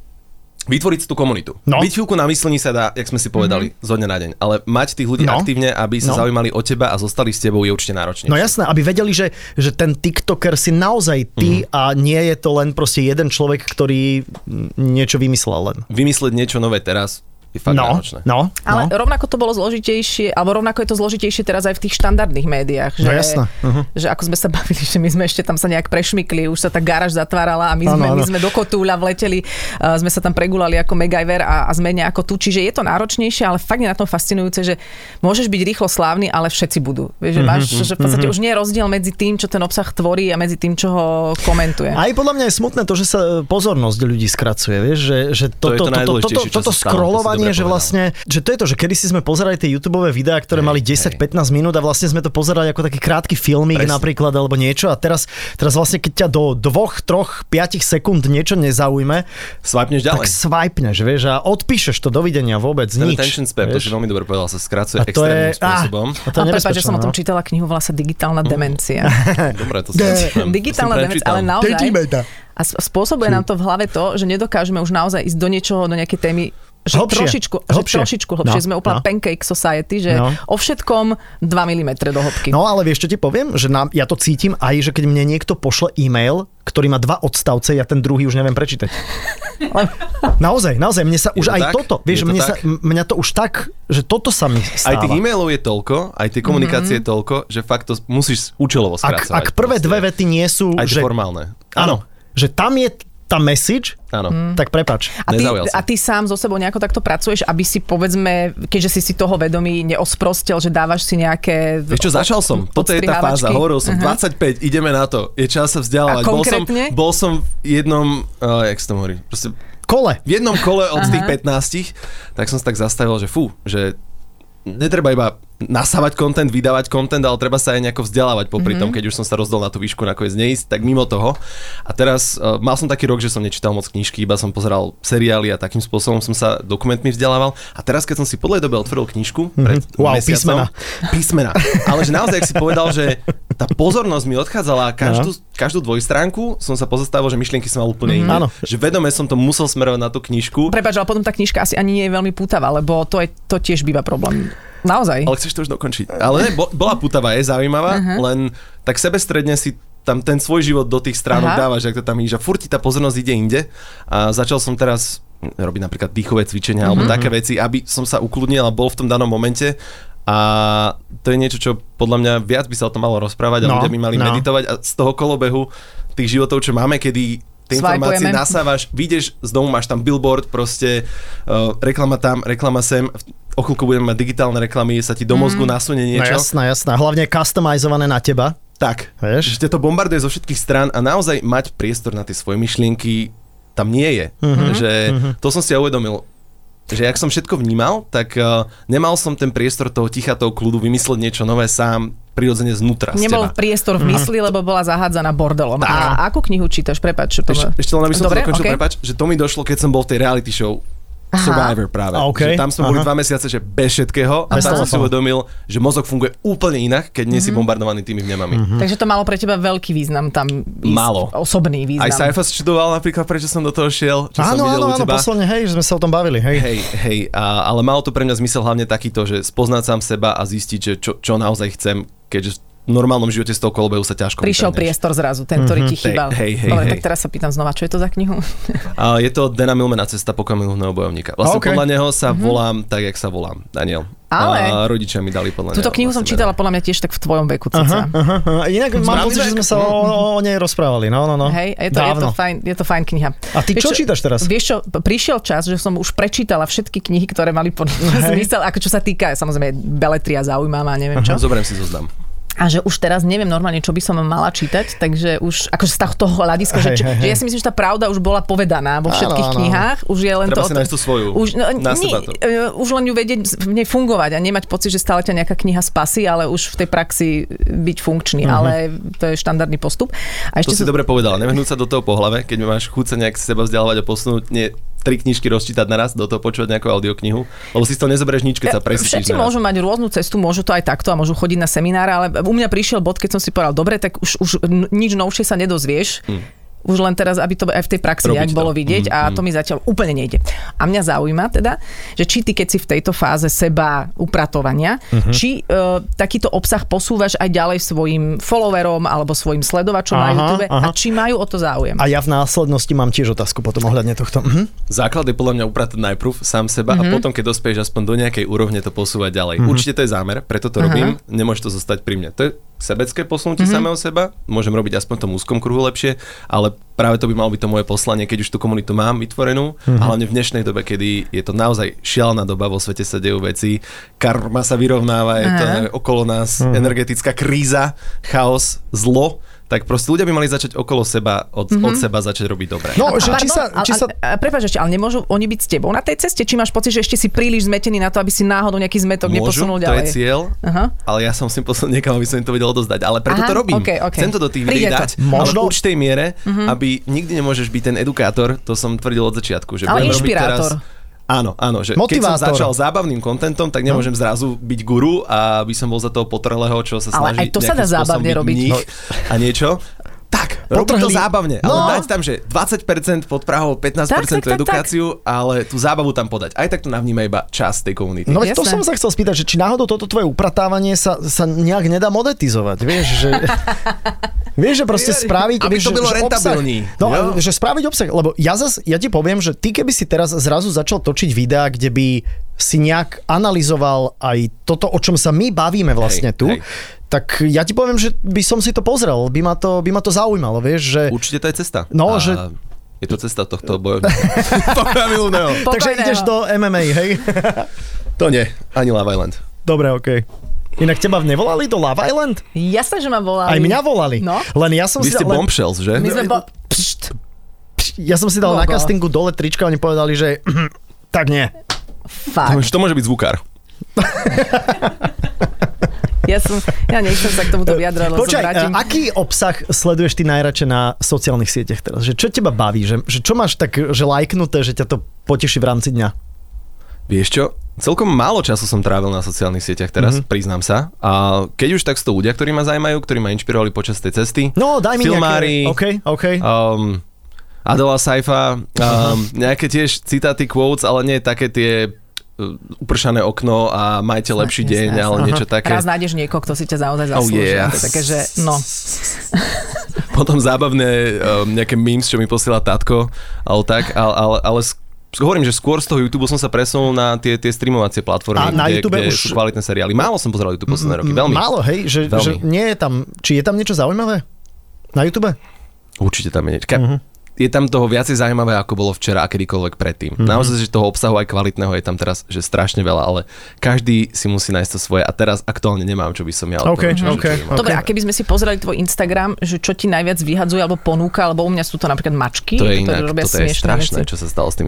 Speaker 4: Vytvoriť si tú komunitu.
Speaker 2: No. Mhm.
Speaker 4: Byť chvíľku na myslení sa dá, jak sme si povedali, mm-hmm. zo dňa na deň. Ale mať tých ľudí
Speaker 2: No.
Speaker 4: no. aktívne, aby
Speaker 2: No.
Speaker 4: sa no. zaujímali o teba a zostali s tebou, je určite náročnejšie.
Speaker 2: No jasné, aby vedeli, že, že ten TikToker si naozaj ty
Speaker 4: Mhm.
Speaker 2: mm. a nie je to len proste jeden človek, ktorý mm, niečo vymyslel len.
Speaker 4: Vymyslieť niečo nové teraz je fakt
Speaker 2: no,
Speaker 4: náročné.
Speaker 2: no,
Speaker 3: Ale
Speaker 2: no.
Speaker 3: rovnako to bolo zložitejšie, alebo rovnako je to zložitejšie teraz aj v tých štandardných médiách. Že,
Speaker 2: No jasné,
Speaker 3: Uh-huh. že ako sme sa bavili, že my sme ešte tam sa nejak prešmykli, už sa tá garáž zatvárala a my sme,
Speaker 2: Áno, áno.
Speaker 3: my sme do kotúľa vleteli, uh, sme sa tam pregulali ako MacGyver a, a sme nejako tu. Čiže je to náročnejšie, ale fakt je na tom fascinujúce, že môžeš byť rýchlo slávny, ale všetci budú.
Speaker 2: Mhm,
Speaker 3: Vieš, že, máš, že v podstate už nie je rozdiel medzi tým, čo ten obsah tvorí a medzi tým, čo ho komentuje.
Speaker 2: Aj podľa mňa je smutné to, že sa e, pozornosť ľudí skracuje, vieš, že, že
Speaker 4: To je
Speaker 2: toto,
Speaker 4: to
Speaker 2: toto, toto,
Speaker 4: najdôležitejšie, čo
Speaker 2: toto
Speaker 4: sa stalo, to si
Speaker 2: scrollovanie,
Speaker 4: dobre
Speaker 2: že
Speaker 4: povedal.
Speaker 2: vlastne, že to je to, že kedy si sme pozerali tie YouTube videá, ktoré
Speaker 4: Hej,
Speaker 2: mali
Speaker 4: hej.
Speaker 2: 10-15 minút a vlastne sme to pozerali ako taký krátky filmík
Speaker 4: Presne.
Speaker 2: napríklad alebo niečo a teraz, teraz vlastne keď ťa do 2, 3, 5 sekúnd niečo nezaujme,
Speaker 4: Svapneš
Speaker 2: tak
Speaker 4: ďalej.
Speaker 2: swipneš, vieš, a odpíšeš to dovidenia vôbec,
Speaker 4: Ten
Speaker 2: nič.
Speaker 4: attention span, to
Speaker 2: vieš.
Speaker 4: si veľmi dobre povedal, sa skracuje
Speaker 2: A to je...
Speaker 4: extrémnym spôsobom.
Speaker 2: Á, a to je
Speaker 3: a prepáč, že
Speaker 2: nebezpečné,
Speaker 3: som o tom
Speaker 2: no. Mhm.
Speaker 3: čítala knihu, volá sa Digitálna demencia.
Speaker 4: Dobre, to si prečítam.
Speaker 3: Digitálna
Speaker 4: To si
Speaker 3: demencia,
Speaker 4: prečítam.
Speaker 3: ale naozaj. A sp- spôsobuje nám to v hlave to, že nedokážeme už naozaj ísť do niečoho, do nejakej témy, že
Speaker 2: Hlbšie.
Speaker 3: trošičku,
Speaker 2: Hlbšie.
Speaker 3: Že trošičku hlbšie.
Speaker 2: No,
Speaker 3: Sme úplne
Speaker 2: no.
Speaker 3: pancake society, že
Speaker 2: No.
Speaker 3: o všetkom 2 mm do hĺbky.
Speaker 2: No ale vieš, čo ti poviem? Že nám, ja to cítim aj, že keď mne niekto pošle e-mail, ktorý má dva odstavce, ja ten druhý už neviem prečítať. Naozaj, naozaj, mne sa
Speaker 4: Je
Speaker 2: už
Speaker 4: to
Speaker 2: aj
Speaker 4: tak?
Speaker 2: toto, vieš,
Speaker 4: Je to
Speaker 2: mne,
Speaker 4: tak?
Speaker 2: sa, m- mňa to už tak, že toto sa mi
Speaker 4: Aj tých
Speaker 2: stáva.
Speaker 4: e-mailov je toľko, aj tie komunikácie
Speaker 3: Mhm.
Speaker 4: je toľko, že fakt to musíš účelovo
Speaker 2: Ak,
Speaker 4: skracovať.
Speaker 2: ak prvé
Speaker 4: proste.
Speaker 2: dve vety nie sú,
Speaker 4: Aj tie
Speaker 2: že,
Speaker 4: formálne.
Speaker 2: áno, že tam je tá message,
Speaker 4: Áno.
Speaker 3: Mhm.
Speaker 2: tak prepač.
Speaker 3: Mm. A ty,
Speaker 4: Nezaujal som.
Speaker 3: a ty sám so sebou nejako takto pracuješ, aby si povedzme, keďže si si toho vedomý, neosprostel, že dávaš si nejaké...
Speaker 4: Vieš čo, začal som. Toto je tá
Speaker 3: odstrihávačky.
Speaker 4: fáza. Hovoril som, 25, ideme na to. Je čas sa
Speaker 3: Mhm. A
Speaker 4: vzdialovať. Bol som,
Speaker 3: konkrétne?
Speaker 4: bol som v jednom, uh, jak sa to hovorí, proste
Speaker 2: Kole.
Speaker 4: v jednom kole od tých 15, tak som sa tak zastavil, že fú, že netreba iba nasávať kontent, vydávať kontent, ale treba sa aj nejako vzdelávať popri mm-hmm. tom, keď už som sa rozdol na tú výšku nakoniec neísť, tak mimo toho. A teraz uh, mal som taký rok, že som nečítal moc knižky, iba som pozeral seriály a takým spôsobom som sa dokumentmi vzdelával. A teraz, keď som si podľa dobe otvoril knižku, pred
Speaker 2: Mhm. Wow, písmena.
Speaker 4: mesiacom, písmena. Ale že naozaj, ak si povedal, že tá pozornosť mi odchádzala a každú, každú dvojstránku som sa pozastavil, že myšlienky som mal úplne iné.
Speaker 2: Áno.
Speaker 4: Že vedome som to musel smerovať na tú knižku.
Speaker 3: Prepač, ale potom tá knižka asi ani nie je veľmi pútavá, lebo to, je, to tiež býva problém. Naozaj.
Speaker 4: Ale chceš to už dokončiť. Ale ne, bo, bola putavá, je zaujímavá, uh-huh. len tak sebestredne si tam ten svoj život do tých stránok
Speaker 3: Aha.
Speaker 4: dávaš, ak to tam ide, že furt ti tá pozornosť ide inde. A začal som teraz robiť napríklad dýchové cvičenia alebo také veci, aby som sa ukludnil a bol v tom danom momente. A to je niečo, čo podľa mňa viac by sa o tom malo rozprávať
Speaker 2: No,
Speaker 4: a ľudia by mali
Speaker 2: no.
Speaker 4: meditovať a z toho kolobehu tých životov, čo máme, kedy tie informácie
Speaker 3: Swipujeme.
Speaker 4: nasávaš, vyjdeš z domu, máš tam billboard, proste uh, reklama tam, reklama sem, o chvíľku budeme mať digitálne reklamy, sa ti do mozgu nasunie
Speaker 2: No
Speaker 4: niečo.
Speaker 2: jasná, jasná. Hlavne customizované na teba.
Speaker 4: tak,
Speaker 2: Vieš?
Speaker 4: že ťa to bombarduje zo všetkých strán a naozaj mať priestor na tie svoje myšlienky tam nie je.
Speaker 2: Mhm.
Speaker 4: Že to som si ja uvedomil, že ak som všetko vnímal, tak uh, nemal som ten priestor toho ticha, toho kľudu vymysleť niečo nové sám, prirodzene znútra z
Speaker 3: Nebol
Speaker 4: teba. Mhm.
Speaker 3: priestor v mysli, lebo bola zahádzaná bordelom. A akú knihu čítaš? Prepač. to-
Speaker 4: Ešte, ešte len aby som
Speaker 3: Dobre,
Speaker 4: to dokončil,
Speaker 3: okej.
Speaker 4: okay. prepač, že to mi došlo, keď som bol v tej reality show Survivor práve.
Speaker 2: A okej,
Speaker 4: Že tam sme boli
Speaker 2: aha.
Speaker 4: dva mesiace, že bez všetkého a
Speaker 2: Bez
Speaker 4: tam som si
Speaker 2: telefónu.
Speaker 4: uvedomil, že mozog funguje úplne inak, keď nie
Speaker 3: Mhm.
Speaker 4: si bombardovaný tými vnemami.
Speaker 2: Mhm.
Speaker 3: Takže to malo pre teba veľký význam tam ísť,
Speaker 4: Malo.
Speaker 3: Osobný význam.
Speaker 4: Aj Saifa študoval napríklad, prečo som do toho šiel, čo som
Speaker 2: Áno,
Speaker 4: videl
Speaker 2: áno,
Speaker 4: u
Speaker 2: áno,
Speaker 4: teba.
Speaker 2: posledne, hej, že sme sa o tom bavili, hej.
Speaker 4: Hej, hej, a, ale malo to pre mňa zmysel hlavne takýto, že spoznať sám seba a zistiť, že čo, čo naozaj chcem, keďže v normálnom živote z toho kolobehu sa ťažko
Speaker 3: Prišiel
Speaker 4: vytrhneš.
Speaker 3: priestor zrazu, ten, ktorý ti
Speaker 4: Mhm. Hej,
Speaker 3: chýbal.
Speaker 4: hej, hej,
Speaker 3: Dobre,
Speaker 4: hej.
Speaker 3: tak teraz sa pýtam znova, čo je to za knihu?
Speaker 4: A je to Dana Milmena cesta po kamilného bojovníka. Vlastne
Speaker 2: OK.
Speaker 4: okay. podľa neho sa volám tak, jak sa volám, Daniel.
Speaker 3: Mhm. Ale-
Speaker 4: A rodičia mi dali podľa
Speaker 3: Túto
Speaker 4: neho
Speaker 3: knihu som
Speaker 4: vlastne
Speaker 3: čítala podľa mňa tiež tak v tvojom veku, cica.
Speaker 2: Aha, aha. Inak mám
Speaker 4: Správny
Speaker 2: pocit, že
Speaker 4: vek.
Speaker 2: sme sa o, o, o nej rozprávali. No, no, no.
Speaker 3: Hej, a je to, je, to
Speaker 2: Dávno.
Speaker 3: fajn, je to fajn kniha.
Speaker 2: A ty čo čítaš teraz?
Speaker 3: Vieš čo, p- prišiel čas, že som už prečítala všetky knihy, ktoré mali podľa mňa
Speaker 2: Hej.
Speaker 3: zmysel, ako čo sa týka, samozrejme, beletria zaujímavá, neviem
Speaker 4: mena.
Speaker 3: čo.
Speaker 4: Zoberiem si zoznam.
Speaker 3: a že už teraz neviem normálne, čo by som mala čítať, takže už akože z toho hľadiska, že,
Speaker 2: Hej,
Speaker 3: čo,
Speaker 2: hej,
Speaker 3: že ja
Speaker 2: hej.
Speaker 3: si myslím, že tá pravda už bola povedaná vo
Speaker 2: Áno,
Speaker 3: všetkých
Speaker 2: áno.
Speaker 3: knihách, už je len to...
Speaker 4: Treba si nájsť tú svoju,
Speaker 3: Už, no,
Speaker 4: na
Speaker 3: nie,
Speaker 4: seba to.
Speaker 3: e, už len ju vedieť v nej fungovať a nemať pocit, že stále ťa nejaká kniha spasí, ale už v tej praxi byť funkčný,
Speaker 2: Mhm.
Speaker 3: ale to je štandardný postup. A
Speaker 4: To
Speaker 3: ešte
Speaker 4: si
Speaker 3: sú-
Speaker 4: dobre povedal, nevehnúť sa do toho po hlave, keď máš chuť sa nejak seba vzdialovať a posunúť, nie tri knižky rozčítať naraz, do toho počúvať nejakú audioknihu, lebo si z toho nezoberieš nič, keď sa presítiš.
Speaker 3: Všetci môžu mať rôznu cestu, môžu to aj takto a môžu chodiť na semináre, ale u mňa prišiel bod, keď som si povedal, dobre, tak už, už n- nič novšie sa nedozvieš. Už len teraz, aby to aj v tej praxi
Speaker 4: Robiť
Speaker 3: nejak
Speaker 4: Hm. to. Hm,
Speaker 3: bolo vidieť a to mi zatiaľ úplne nejde. A mňa zaujíma teda, že či ty, keď si v tejto fáze seba upratovania,
Speaker 4: Mhm.
Speaker 3: či e, takýto obsah posúvaš aj ďalej svojim followerom alebo svojim sledovačom
Speaker 2: Aha,
Speaker 3: na YouTube
Speaker 2: aha.
Speaker 3: a či majú o to záujem.
Speaker 2: A ja v následnosti mám tiež otázku potom ohľadne tohto. Mhm.
Speaker 4: Základ je podľa mňa upratať najprv sám seba mm-hmm. a potom, keď dospieš aspoň do nejakej úrovne, to posúvať ďalej. Mm-hmm. Určite to je zámer, preto to robím, nemôže to zostať pri mne. To je sebecké posunutie mm-hmm. samého seba, môžem robiť aspoň v tom úzkom kruhu lepšie, ale práve to by malo byť to moje poslanie, keď už tú komunitu mám vytvorenú, mm-hmm. a hlavne v dnešnej dobe, kedy je to naozaj šialená doba, vo svete sa dejú veci, karma sa vyrovnáva, je to
Speaker 3: Aha.
Speaker 4: neviem, okolo nás mm-hmm. energetická kríza, chaos, zlo, tak proste ľudia by mali začať okolo seba, od, mm-hmm. od seba začať robiť dobre.
Speaker 2: No,
Speaker 3: A-
Speaker 2: že či
Speaker 3: pardon,
Speaker 2: sa, či
Speaker 3: a-
Speaker 2: sa
Speaker 3: a- a Prepáč ešte, ale nemôžu oni byť s tebou na tej ceste? Či máš pocit, že ešte si príliš zmetený na to, aby si náhodou nejaký zmetok neposunul
Speaker 4: to je
Speaker 3: ďalej?
Speaker 4: cieľ,
Speaker 3: Aha.
Speaker 4: ale ja som si posunul niekam, aby som im to vedel odozdať. Ale
Speaker 3: Aha,
Speaker 4: preto to robím.
Speaker 3: okej, okej.
Speaker 4: Chcem to do tých
Speaker 3: Príde to.
Speaker 4: videí
Speaker 3: Mhm.
Speaker 4: dať,
Speaker 2: Možno-
Speaker 4: ale v určitej miere, aby nikdy nemôžeš byť ten edukátor, to som tvrdil od začiatku. Že
Speaker 3: Ale
Speaker 4: budem robiť
Speaker 3: inšpirátor.
Speaker 4: Teraz, Áno, áno, že keď
Speaker 2: Motivátor.
Speaker 4: som začal zábavným kontentom, tak nemôžem
Speaker 3: No.
Speaker 4: zrazu byť guru a by som bol za toho potrhlého, čo sa
Speaker 3: Ale
Speaker 4: snaží
Speaker 3: aj to sa
Speaker 4: nejakým
Speaker 3: dá
Speaker 4: spôsobom
Speaker 3: zábavne
Speaker 4: byť
Speaker 3: robiť.
Speaker 4: mních A niečo. Tak, robí to
Speaker 2: Potrhlý.
Speaker 4: zábavne, ale
Speaker 2: No.
Speaker 4: dať tam, že 20% pod Prahou, 15%
Speaker 3: Tak, tak,
Speaker 4: tú
Speaker 3: tak, tak.
Speaker 4: edukáciu, ale tú zábavu tam podať. Aj tak to navníma iba časť tej komunity.
Speaker 2: No veď to
Speaker 3: Jasné.
Speaker 2: som sa chcel spýtať, že či náhodou toto tvoje upratávanie sa, sa nejak nedá monetizovať, vieš, že... Vieš, že proste spraviť...
Speaker 4: Aby
Speaker 2: vieš,
Speaker 4: to
Speaker 2: že-
Speaker 4: bolo
Speaker 2: že
Speaker 4: rentabilný.
Speaker 2: obsah- No,
Speaker 4: Jo.
Speaker 2: že spraviť obsah, lebo ja zas, ja ti poviem, že ty keby si teraz zrazu začal točiť videá, kde by si nejak analyzoval aj toto, o čom sa my bavíme vlastne
Speaker 4: Hej,
Speaker 2: tu,
Speaker 4: hej.
Speaker 2: tak ja ti poviem, že by som si to pozrel, by ma to, by ma to zaujímalo, vieš, že...
Speaker 4: Určite to je cesta.
Speaker 2: No, že-
Speaker 4: Je to cesta tohto bojovníka. Pokoja milného.
Speaker 2: Takže
Speaker 3: Pokojného.
Speaker 2: ideš do MMA, hej?
Speaker 4: To nie, ani Love Island.
Speaker 2: Dobre, okej. Inak teba nevolali do Love Island?
Speaker 3: Jasné, že ma volali.
Speaker 2: Aj mňa volali.
Speaker 3: No.
Speaker 2: Len ja som
Speaker 4: Vy
Speaker 2: si...
Speaker 4: ste
Speaker 2: len-
Speaker 4: bombshells, že?
Speaker 3: My sme bo- Pšt,
Speaker 2: Ja som si dal
Speaker 3: Logo.
Speaker 2: na castingu dole trička a oni povedali, že tak nie.
Speaker 3: fakt.
Speaker 4: Už to môže byť zvukár.
Speaker 3: Ja, som, ja nechcem sa k tomuto vyjadrať, lebo sa
Speaker 2: Počkaj, e,
Speaker 3: vrátim.
Speaker 2: aký obsah sleduješ ty najradšej na sociálnych sieťach teraz? Že čo teba baví? Že, že čo máš tak, že lajknuté, že ťa to poteší v rámci dňa?
Speaker 4: Vieš čo? Celkom málo času som trávil na sociálnych sieťach teraz,
Speaker 2: Mhm.
Speaker 4: mm-hmm. priznám sa. A keď už tak sú to ľudia, ktorí ma zaujímajú, ktorí ma inšpirovali počas tej cesty.
Speaker 2: No, daj mi
Speaker 4: Filmári,
Speaker 2: nejaké... OK, OK.
Speaker 4: um, Adela Saifa, um, nejaké tiež citáty, quotes, ale nie také tie uh, upršané okno a majte lepší
Speaker 3: Jasné,
Speaker 4: deň,
Speaker 3: jasné.
Speaker 4: ale niečo také. Oh,
Speaker 3: Raz nájdeš niekoho, kto si ťa naozaj zaslúži.
Speaker 4: yeah.
Speaker 3: To je také, že no.
Speaker 4: Potom zábavné um, nejaké memes, čo mi posiela tatko, ale tak, ale, ale, ale sk- hovorím, že skôr z toho YouTube som sa presunul na tie, tie streamovacie platformy,
Speaker 2: A na
Speaker 4: kde,
Speaker 2: YouTube
Speaker 4: kde
Speaker 2: už-
Speaker 4: sú kvalitné seriály. Málo som pozeral YouTube posledné roky, veľmi.
Speaker 2: Málo, hej? Že,
Speaker 4: Veľmi.
Speaker 2: že nie je tam... Či je tam niečo zaujímavé? Na YouTube?
Speaker 4: Určite tam je niečo.
Speaker 2: Mhm.
Speaker 4: Ka- Je tam toho viacej zaujímavé, ako bolo včera a kedykoľvek predtým.
Speaker 2: Mhm.
Speaker 4: Mm-hmm. Naozaj, že toho obsahu aj kvalitného je tam teraz že strašne veľa, ale každý si musí nájsť to svoje a teraz aktuálne nemám, čo by som ja
Speaker 2: OK,
Speaker 4: odporučil, že
Speaker 2: OK.
Speaker 4: čo by ma-
Speaker 3: Dobre,
Speaker 2: Ok.
Speaker 3: a keby sme si pozreli tvoj Instagram, že čo ti najviac vyhadzuje alebo ponúka, alebo u mňa sú to napríklad mačky,
Speaker 4: To je
Speaker 3: ktoré
Speaker 4: inak,
Speaker 3: robia
Speaker 4: toto je
Speaker 3: smiešné
Speaker 4: strašné,
Speaker 3: veci.
Speaker 4: čo sa stalo s tým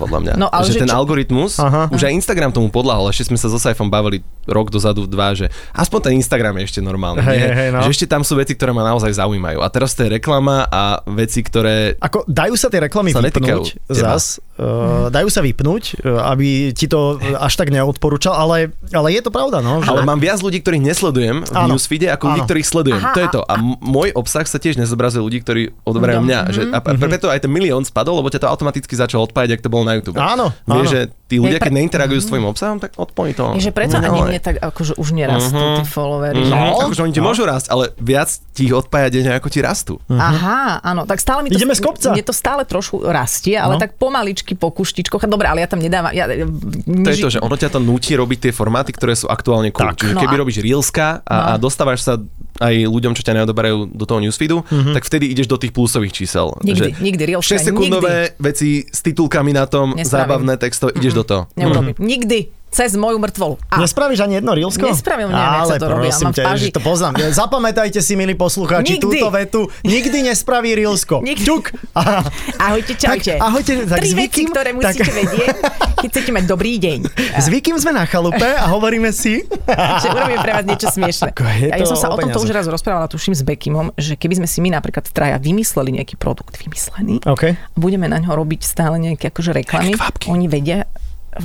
Speaker 3: No.
Speaker 4: podľa mňa.
Speaker 3: No, ale
Speaker 4: že,
Speaker 3: že
Speaker 4: ten
Speaker 3: čo-
Speaker 4: algoritmus,
Speaker 2: Aha.
Speaker 4: už aj Instagram tomu podľahol, ešte sme sa so Saifom bavili rok dozadu, dva, že aspoň ten Instagram je ešte normálny.
Speaker 2: Hej,
Speaker 4: nie?
Speaker 2: hej, hej, no.
Speaker 4: Že ešte tam sú veci, ktoré ma naozaj zaujímajú. A teraz to je reklama a veci, ktoré...
Speaker 2: Ako dajú sa tie reklamy
Speaker 4: Sa netýkajú Mhm.
Speaker 2: vypnúť
Speaker 4: teba.
Speaker 2: zas, uh, dajú sa vypnúť, uh, aby ti to až tak neodporúčal, ale, ale je to pravda, no. Že...
Speaker 4: Ale mám viac ľudí, ktorých nesledujem v
Speaker 2: Áno.
Speaker 4: newsfeede, ako ľudí,
Speaker 2: Áno.
Speaker 4: ktorých sledujem.
Speaker 3: Aha,
Speaker 4: to je
Speaker 3: a- No.
Speaker 4: to. A m- môj obsah sa tiež nezobrazuje ľudí, ktorí odoberajú mňa. Že,
Speaker 3: Mhm.
Speaker 4: a a preto aj ten milión spadol, lebo ťa to automaticky začalo odpájať, ak to bolo na YouTube.
Speaker 2: Áno,
Speaker 4: Vieš,
Speaker 2: áno.
Speaker 4: že tí
Speaker 3: Je
Speaker 4: ľudia,
Speaker 3: pre- Mhm.
Speaker 4: keď neinteragujú s tvojim obsahom, tak odpoj to.
Speaker 3: Je, že preto
Speaker 4: No,
Speaker 3: ani
Speaker 4: ale-
Speaker 3: mne tak akože už nerastú tí followery. že-
Speaker 4: Mhm. No, akože oni ti môžu rásť, ale viac ti ich odpája deň, ako ti rastú.
Speaker 2: Hm.
Speaker 3: Aha, áno, tak stále mi to,
Speaker 2: Mhm. Ideme z kopca.
Speaker 3: Mne to stále trošku rastie, ale
Speaker 2: No.
Speaker 3: tak pomaličky po kuštičkoch. Dobre, ale ja tam nedávam. Ja,
Speaker 4: To je to, že ono ťa to nutí robiť tie formáty, ktoré sú aktuálne cool.
Speaker 2: Tak.
Speaker 4: Čiže
Speaker 3: No
Speaker 4: keby
Speaker 3: a- No.
Speaker 4: robíš reelska a, a dostávaš sa aj ľuďom, čo ťa neodoberajú do toho newsfeedu,
Speaker 2: Mhm.
Speaker 4: tak vedy ideš do tých plusových čísel.
Speaker 3: Nikdy, nikdy reelska,
Speaker 4: 6 sekundové veci s titulkami na tom,
Speaker 3: Nespravím. Mhm.
Speaker 4: zábavné texto, ideš do toho.
Speaker 2: Mhm.
Speaker 3: Neurobím. Nikdy. cez moju mŕtvolu. A
Speaker 2: Nespravíš ani jedno rílsko?
Speaker 3: Nespravím, neviem, jak sa
Speaker 2: Ale
Speaker 3: to robí, ja
Speaker 2: prosím
Speaker 3: mám v
Speaker 2: ťa,
Speaker 3: paži.
Speaker 2: Ježiš, to poznám. Ja, Zapamätajte si, milí poslucháči,
Speaker 3: Nikdy.
Speaker 2: túto vetu. Nikdy nespraví rílsko.
Speaker 3: Nikdy.
Speaker 2: Ťuk. Aha.
Speaker 3: Ahojte,
Speaker 2: Tak,
Speaker 3: čaute.
Speaker 2: ahojte, tak
Speaker 3: Tri
Speaker 2: s
Speaker 3: veci,
Speaker 2: Vikým-
Speaker 3: ktoré
Speaker 2: tak-
Speaker 3: musíte vedieť, keď chcete mať dobrý deň.
Speaker 2: S Vikým sme na chalupe a hovoríme si...
Speaker 3: že urobíme pre vás niečo smiešne.
Speaker 2: Ako je
Speaker 3: A
Speaker 2: to
Speaker 3: ja som sa
Speaker 2: o
Speaker 3: o tomto
Speaker 2: peniazoch.
Speaker 3: už raz rozprávala, tuším, s Bekimom, že keby sme si my napríklad traja vymysleli nejaký produkt, vymyslený,
Speaker 2: OK.
Speaker 3: a budeme na ňo robiť stále nejaké akože reklamy, oni vedia, v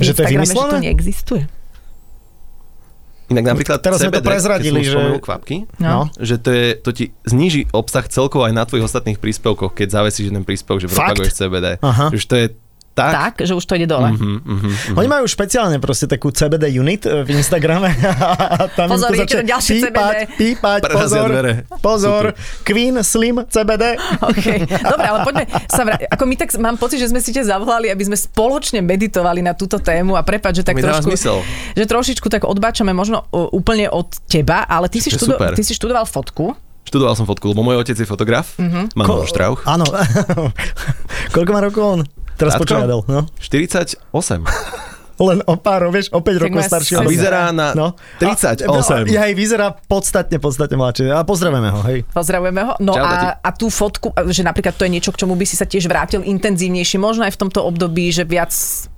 Speaker 2: Že to je
Speaker 3: Instagrame, že
Speaker 2: vymyslené?
Speaker 3: to neexistuje.
Speaker 4: Mhm. Inak napríklad
Speaker 2: Teraz sme to
Speaker 4: CBD, keď
Speaker 2: prezradili,
Speaker 4: som už
Speaker 2: že-
Speaker 4: spomenul kvapky,
Speaker 2: No.
Speaker 4: že to, je, to ti zniží obsah celkovo aj na tvojich ostatných príspevkoch, keď zavesíš jeden príspevok, že
Speaker 2: Fakt?
Speaker 4: propaguješ CBD.
Speaker 2: Aha.
Speaker 4: Už to je tak.
Speaker 3: Tak, že už to ide dole.
Speaker 4: Mhm, mhm.
Speaker 2: Oni majú špeciálne proste takú CBD unit e, v Instagrame. A tam im
Speaker 3: Pozor,
Speaker 2: to
Speaker 3: je
Speaker 2: začne
Speaker 3: to ďalšie
Speaker 2: pípať,
Speaker 3: CBD.
Speaker 2: pípať,
Speaker 4: Prerazia
Speaker 2: pozor,
Speaker 4: dvere.
Speaker 2: pozor, Queen Slim CBD.
Speaker 3: OK, dobre, ale poďme sa vra- Ako my tak mám pocit, že sme si ťa zavolali, aby sme spoločne meditovali na túto tému a prepáč, že tak
Speaker 4: Mi dáva
Speaker 3: trošku,
Speaker 4: zmysel.
Speaker 3: že trošičku tak odbáčame možno o, úplne od teba, ale ty si,
Speaker 4: To je
Speaker 3: študo-
Speaker 4: super.
Speaker 3: ty si študoval fotku.
Speaker 4: Študoval som fotku, lebo môj otec je fotograf,
Speaker 3: Mhm.
Speaker 4: mám ho štrauch.
Speaker 2: Áno. Koľko má rokov on? Teraz
Speaker 4: Krátko?
Speaker 2: počúva Adel, no.
Speaker 4: 48.
Speaker 2: Len o pár, vieš, o 5 rokov
Speaker 3: moja
Speaker 2: starší.
Speaker 4: A
Speaker 3: Dobre.
Speaker 4: vyzerá na
Speaker 2: No.
Speaker 4: 38.
Speaker 2: Ja aj vyzerá podstatne, podstatne mladšie. A pozdravujeme ho, hej.
Speaker 3: Pozdravujeme ho. No
Speaker 4: Čau,
Speaker 3: a, a tú fotku, e, že napríklad to je niečo, k čomu by si sa tiež vrátil intenzívnejšie, možno aj v tomto období, že viac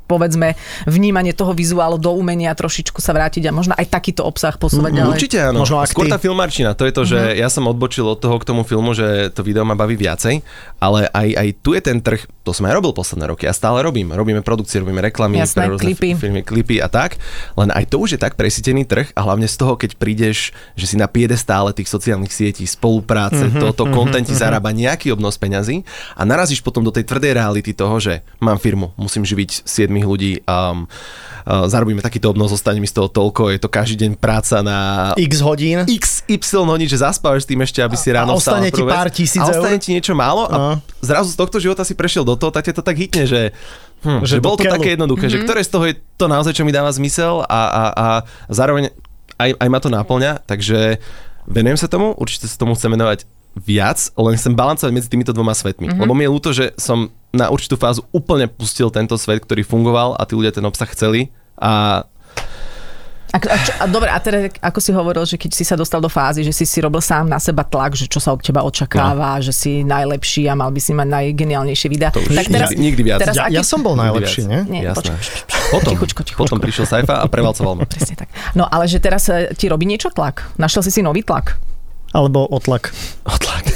Speaker 3: povedzme vnímanie toho vizuálu do umenia trošičku sa vrátiť a možno aj takýto obsah posúvať ďalej.
Speaker 4: Mm-hmm. Určite áno.
Speaker 2: Možno Mhm. ak
Speaker 4: Skôr
Speaker 2: ty-
Speaker 4: tá filmarčina, to je to, že ja som odbočil od toho k tomu filmu, že to video ma baví viacej, ale aj, aj tu je ten trh, to som aj robil posledné roky a stále robím. Robíme produkcie, robíme reklamy,
Speaker 3: Jasné, klipy.
Speaker 4: fi- filmy, klipy a tak, len aj to už je tak presítený trh a hlavne z toho, keď prídeš, že si na piedestále tých sociálnych sietí, spolupráce, toto, kontent ti zarába nejaký obnos peňazí a narazíš potom do tej tvrdej reality toho, že mám firmu, musím živiť 7 ľudí, um, uh, zarobíme takýto obnos, zostane mi z toho toľko, je to každý deň práca na
Speaker 2: X hodín.
Speaker 4: XY hodín, no že zaspávaš s tým ešte, aby si
Speaker 2: A- a
Speaker 4: ráno vstal.
Speaker 2: ostane
Speaker 4: na prvú
Speaker 2: ti
Speaker 4: vec.
Speaker 2: pár tisíc
Speaker 4: A ostane
Speaker 2: eur? No.
Speaker 4: ti niečo málo a zrazu z tohto života si prešiel do toho, tak ťa to tak hitne, že... Hm,
Speaker 2: Že
Speaker 4: že, že
Speaker 2: do
Speaker 4: bolo to
Speaker 2: keľu.
Speaker 4: také jednoduché, mm-hmm. že ktoré z toho je to naozaj, čo mi dáva zmysel a, a, a zároveň aj, aj ma to náplňa, takže venujem sa tomu, určite sa tomu chcem venovať viac, len chcem balancovať medzi týmito dvoma svetmi. Mm-hmm. Lebo mi je ľúto, že som na určitú fázu úplne pustil tento svet, ktorý fungoval a tí ľudia ten obsah chceli a
Speaker 3: A, a, čo, a dobre, a teda ako si hovoril, že keď si sa dostal do fázy, že si si robil sám na seba tlak, že čo sa od teba očakáva, no. že si najlepší a mal by si mať najgeniálnejšie videá.
Speaker 4: To už
Speaker 3: tak teraz,
Speaker 4: nikdy- nikdy viac.
Speaker 3: Teraz
Speaker 2: Ja,
Speaker 3: aký,
Speaker 2: ja som bol najlepší,
Speaker 4: viac.
Speaker 2: nie?
Speaker 3: Nie,
Speaker 4: Jasné.
Speaker 3: počkaj,
Speaker 4: Potom,
Speaker 3: Tichučko, tichučko.
Speaker 4: potom prišiel Saifa a prevalcoval ma.
Speaker 3: Presne tak. No ale že teraz e, ti robí niečo tlak. Našiel si si nový tlak.
Speaker 2: Alebo otlak.
Speaker 4: Otlak.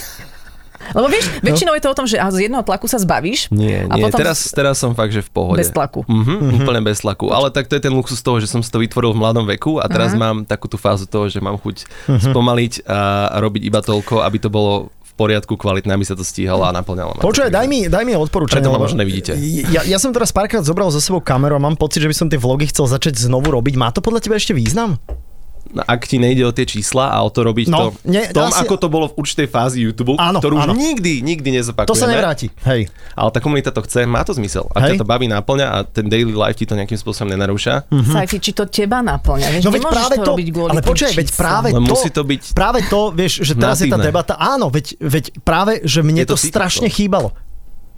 Speaker 3: Lebo
Speaker 2: No.
Speaker 3: vieš, väčšinou je to o tom, že a z jedného tlaku sa zbavíš.
Speaker 4: Nie,
Speaker 3: a
Speaker 4: nie.
Speaker 3: potom
Speaker 4: teraz, teraz som fakt, že v pohode.
Speaker 3: Bez tlaku.
Speaker 4: Mhm, Úplne bez tlaku. Ale tak to je ten luxus toho, že som si to vytvoril v mladom veku a teraz mám takú tú fázu toho, že mám chuť spomaliť a robiť iba toľko, aby to bolo v poriadku, kvalitné, aby sa to stíhalo a naplňalo. ma to.
Speaker 2: Počúaj,
Speaker 4: Takže-
Speaker 2: daj mi, daj mi odporúčanie.
Speaker 4: Preto ma
Speaker 2: lebo
Speaker 4: možno nevidíte.
Speaker 2: Ja, ja som teraz párkrát zobral za sebou kameru a mám pocit, že by som tie vlogy chcel začať znovu robiť. Má to podľa teba ešte význam?
Speaker 4: No, Ak ti nejde o tie čísla a o to robiť
Speaker 2: No,
Speaker 4: to
Speaker 2: nie,
Speaker 4: v tom,
Speaker 2: asi-
Speaker 4: ako to bolo v určitej fázi YouTube,
Speaker 2: Áno,
Speaker 4: ktorú
Speaker 2: áno.
Speaker 4: už nikdy, nikdy
Speaker 2: To
Speaker 4: nezopakujeme.
Speaker 2: sa nevráti. Hej.
Speaker 4: Ale tá komunita to chce, má to zmysel. A
Speaker 2: Hej.
Speaker 4: ťa to baví, náplňa a ten daily life ti to nejakým spôsobom nenarúša.
Speaker 2: Hm.
Speaker 3: Saifi, či to teba naplňa. Vieš,
Speaker 2: No veď
Speaker 3: nemôžeš
Speaker 2: práve
Speaker 3: to,
Speaker 2: to,
Speaker 3: robiť kvôli
Speaker 2: ale
Speaker 3: tým
Speaker 2: počkaj, veď
Speaker 3: číslam.
Speaker 2: práve
Speaker 4: Ale
Speaker 2: to,
Speaker 4: musí to byť
Speaker 2: práve to, vieš, že teraz je tá
Speaker 4: natívne.
Speaker 2: debata, áno, veď, veď práve, že mne
Speaker 4: Je
Speaker 2: to,
Speaker 4: to
Speaker 2: to
Speaker 4: secret
Speaker 2: strašne
Speaker 4: sauce.
Speaker 2: chýbalo.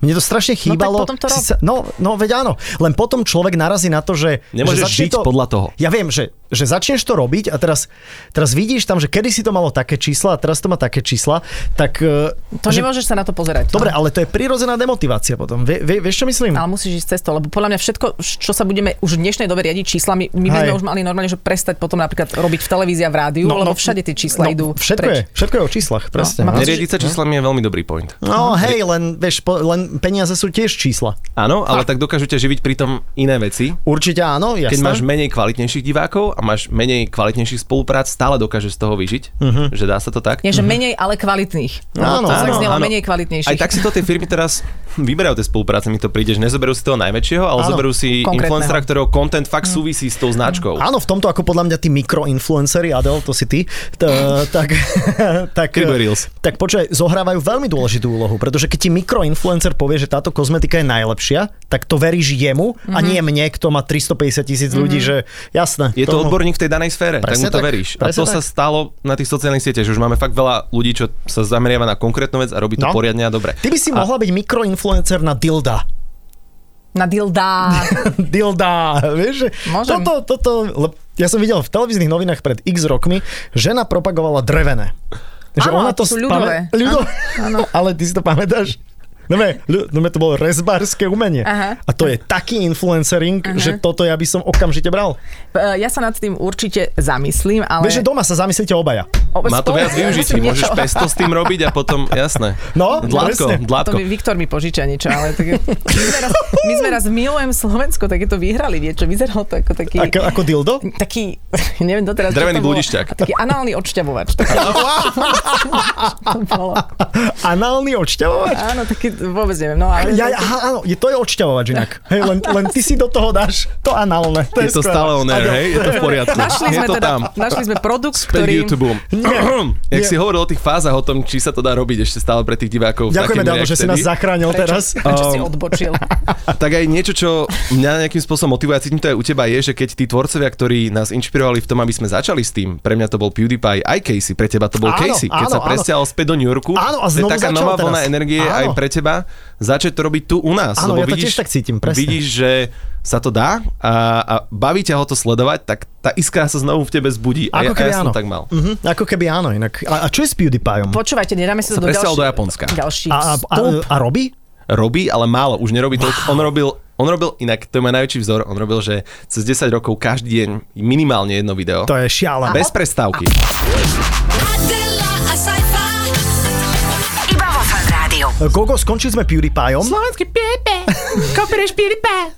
Speaker 2: Mne to strašne chýbalo.
Speaker 3: No potom to rob.
Speaker 2: Sice- no, no, veď áno. Len potom človek narazí na to, že...
Speaker 4: Nemôžeš
Speaker 2: že začne
Speaker 4: žiť podľa toho.
Speaker 2: Ja viem, že, že začneš to robiť a teraz, teraz vidíš tam, že kedy si to malo také čísla a teraz to má také čísla, tak... e,
Speaker 3: To
Speaker 2: že,
Speaker 3: nemôžeš sa na to pozerať.
Speaker 2: Dobre, ale to je prirodzená demotivácia potom. Vie, vie, vieš, čo myslím?
Speaker 3: Ale musíš ísť cestou, lebo podľa mňa všetko, čo sa budeme už v dnešnej dobe riadiť číslami, my by
Speaker 2: Hej.
Speaker 3: sme už mali normálne, že prestať potom napríklad robiť v televízii a v rádiu, no, lebo všade tie čísla idú
Speaker 2: Všetko
Speaker 3: preč.
Speaker 2: je, všetko je o číslach, presne. No,
Speaker 3: mám pocit,
Speaker 4: Neriadiť sa číslami je veľmi dobrý point.
Speaker 2: no hej, len, vieš, po, len peniaze sú tiež čísla.
Speaker 4: Áno, ale tak dokážu ťa živiť pritom iné veci.
Speaker 2: Určite áno, jasné.
Speaker 4: Keď máš menej kvalitnejších divákov a máš menej kvalitnejších spoluprác, stále dokážeš z toho vyžiť,
Speaker 2: Mhm.
Speaker 4: že dá sa to tak.
Speaker 3: Nie, že menej, ale kvalitných.
Speaker 2: No, Áno,
Speaker 3: Lebo to tak
Speaker 2: áno,
Speaker 3: znelo menej kvalitnejších.
Speaker 4: Aj tak si to tie firmy teraz vyberajú tie spolupráce, mi to príde, že nezoberú si toho najväčšieho, ale
Speaker 2: Áno,
Speaker 4: zoberú si
Speaker 3: konkrétneho. Mhm.
Speaker 4: influencera, ktorého content fakt súvisí s tou značkou.
Speaker 2: Áno, v tomto ako podľa mňa tí mikroinfluenceri, Adel, to si ty, t- tak, tak,
Speaker 4: Kribo Reels.
Speaker 2: tak počkaj, zohrávajú veľmi dôležitú úlohu, pretože keď ti mikroinfluencer povie, že táto kozmetika je najlepšia, tak to veríš jemu a nie mne, kto má 350 tisíc ľudí, že jasné.
Speaker 4: Je to
Speaker 2: tomu-
Speaker 4: odborník v tej danej sfére, tak
Speaker 2: Presne
Speaker 4: mu to
Speaker 2: tak,
Speaker 4: veríš. A
Speaker 2: presne
Speaker 4: to sa
Speaker 2: tak.
Speaker 4: stalo na tých sociálnych sieťach, že už máme fakt veľa ľudí, čo sa zameriava na konkrétnu vec a robí to
Speaker 2: No.
Speaker 4: poriadne a dobre.
Speaker 2: Ty by si
Speaker 4: A-
Speaker 2: mohla byť mikroinfluencer na dilda.
Speaker 3: na dildá.
Speaker 2: Dilda, vieš, že
Speaker 3: Môžem.
Speaker 2: toto, toto, lebo ja som videl v televíznych novinách pred x rokmi, žena propagovala drevené.
Speaker 3: Áno, to sú
Speaker 2: spame-
Speaker 3: ľudové.
Speaker 2: ľudové. ale ty si to pamätáš? No, me, no me, to bolo rezbárske umenie.
Speaker 3: Aha.
Speaker 2: A to je taký influencering, že toto ja by som okamžite bral.
Speaker 3: E, Ja sa nad tým určite zamyslím, ale...
Speaker 2: Ale... Vieš, že doma sa zamyslíte obaja.
Speaker 3: O-
Speaker 4: Má to
Speaker 3: spolu-
Speaker 4: viac využití,
Speaker 3: musím
Speaker 4: môžeš
Speaker 3: niečo-
Speaker 4: pesto s tým robiť a potom, jasné.
Speaker 2: No, presne.
Speaker 4: dlátko,
Speaker 3: To
Speaker 4: dlátko.
Speaker 3: mi Viktor mi požičia niečo, ale tak, my, sme raz, my sme raz v Milujem Slovensko takéto vyhrali niečo, vyzeralo to ako taký...
Speaker 2: Ako, ako dildo?
Speaker 3: taký, neviem doteraz, čo
Speaker 4: Drevený
Speaker 3: to bolo.
Speaker 4: bludišťak.
Speaker 3: Taký análny odšťavovač. Taký, to bolo.
Speaker 2: Análny odšťavovač?
Speaker 3: Áno, taký vôbec neviem. No, ale
Speaker 2: Ja, aha, áno, je, to je odšťavovač inak. Hej, len, len ty si do toho dáš to análne.
Speaker 4: Je to
Speaker 2: skvelé.
Speaker 4: stále on air,
Speaker 2: Áno.
Speaker 4: hej? Je to v poriadku.
Speaker 3: Našli
Speaker 4: je
Speaker 3: sme,
Speaker 4: to
Speaker 3: teda,
Speaker 4: tam.
Speaker 3: našli sme produkt,
Speaker 4: Pred
Speaker 3: ktorý...
Speaker 4: YouTube. Jak si hovoril o tých fázach, o tom, či sa to dá robiť ešte stále pre tých divákov. v
Speaker 2: Ďakujeme,
Speaker 4: takej miere,
Speaker 2: Dano,
Speaker 4: jak
Speaker 2: že si nás
Speaker 4: vtedy.
Speaker 2: zachránil teraz.
Speaker 3: Prečo
Speaker 4: Um,
Speaker 3: si odbočil?
Speaker 4: tak aj niečo, čo mňa nejakým spôsobom motivuje, a cítim to aj u teba, je, že keď tí tvorcovia, ktorí nás inšpirovali v tom, aby sme začali s tým, pre mňa to bol PewDiePie, aj Casey, pre teba to bol
Speaker 2: Áno,
Speaker 4: Casey, keď
Speaker 2: áno,
Speaker 4: sa
Speaker 2: áno.
Speaker 4: presťahol späť do New Yorku.
Speaker 2: Áno, a
Speaker 4: to je
Speaker 2: znovu
Speaker 4: taká
Speaker 2: začal
Speaker 4: nová
Speaker 2: teraz.
Speaker 4: vlna energie aj
Speaker 2: Áno.
Speaker 4: pre teba, začať to robiť tu u nás.
Speaker 2: Áno,
Speaker 4: lebo
Speaker 2: ja to
Speaker 4: vidíš,
Speaker 2: tiež tak cítim, presne.
Speaker 4: Vidíš, že sa to dá a, a baví ťa ho to sledovať, tak tá iskra sa znovu v tebe zbudí. a ja,
Speaker 2: Ako
Speaker 4: a
Speaker 2: keby
Speaker 4: ja
Speaker 2: áno.
Speaker 4: som tak mal.
Speaker 2: Mhm, ako keby áno inak. A, a čo je s PewDiePieom?
Speaker 3: Počúvajte, nedáme si to
Speaker 4: Sa
Speaker 3: do
Speaker 4: presiahol
Speaker 3: ďalších...
Speaker 4: do Japonska.
Speaker 3: Ďalší
Speaker 2: a, a, a,
Speaker 3: vstup.
Speaker 2: a robí?
Speaker 4: robí, ale málo, už nerobí toľko. On robil, on robil inak, to je môj najväčší vzor, on robil, že cez 10 rokov každý deň minimálne jedno video.
Speaker 2: To je šialené.
Speaker 4: Bez prestávky.
Speaker 5: Adela, a sci-fi.
Speaker 1: Iba vo Fan Rádiu.
Speaker 2: Gogo, skončili sme PewDiePieom.
Speaker 3: Slovenský piepe, kopíš piepe.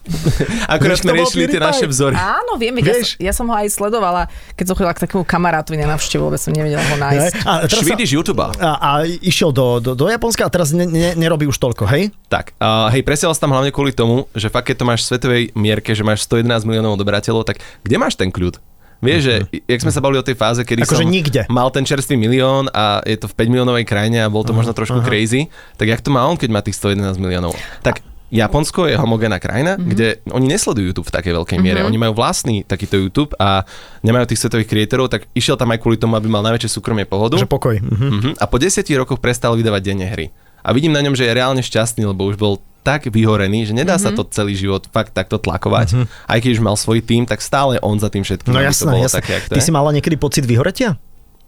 Speaker 4: Akorát
Speaker 2: Vieš,
Speaker 4: sme
Speaker 2: to bol
Speaker 4: riešili tie
Speaker 2: PewDiePie.
Speaker 4: naše vzory.
Speaker 3: Áno, viem,
Speaker 2: Vieš?
Speaker 3: vieš, ja, som, ja som ho aj sledovala, keď som chodila k takému kamarátovi na návštevu, vôbec som nevedela ho
Speaker 2: Hej,
Speaker 3: nájsť.
Speaker 2: A, teraz sa,
Speaker 4: Švidíš YouTube.
Speaker 2: a, a išiel do, do, do Japonska a teraz ne, ne, nerobí už toľko, hej?
Speaker 4: Tak, uh, hej, presiel sa tam hlavne kvôli tomu, že fakt, keď to máš v svetovej mierke, že máš 111 miliónov odobrateľov, tak kde máš ten kľud? Vieš, že jak sme sa bavili o tej fáze, kedy
Speaker 2: Mhm. Akože
Speaker 4: som
Speaker 2: nikde.
Speaker 4: mal ten čerstvý milión a je to v 5 miliónovej krajine a bol
Speaker 2: Mhm,
Speaker 4: to možno trošku crazy, tak jak to má on, keď má tých 111 miliónov? Tak Japonsko je homogénna krajina, mm-hmm. kde oni nesledujú YouTube v takej veľkej miere. Mm-hmm. Oni majú vlastný takýto YouTube a nemajú tých svetových creatorov, tak išiel tam aj kvôli tomu, aby mal najväčšie súkromie pohodu.
Speaker 2: Že pokoj. Mhm.
Speaker 4: Uh-huh. A po 10 rokoch prestal vydávať denne hry. A vidím na ňom, že je reálne šťastný, lebo už bol tak vyhorený, že nedá
Speaker 3: Mhm.
Speaker 4: mm-hmm. sa to celý život fakt takto tlakovať. Mm-hmm. Aj keď už mal svoj tým, tak stále on za tým všetkým.
Speaker 2: Mhm. No
Speaker 4: aby to
Speaker 2: jasné,
Speaker 4: bolo
Speaker 2: jasné.
Speaker 4: Také, jak to
Speaker 2: Ty
Speaker 4: je.
Speaker 2: si mala niekedy pocit vyhoretia?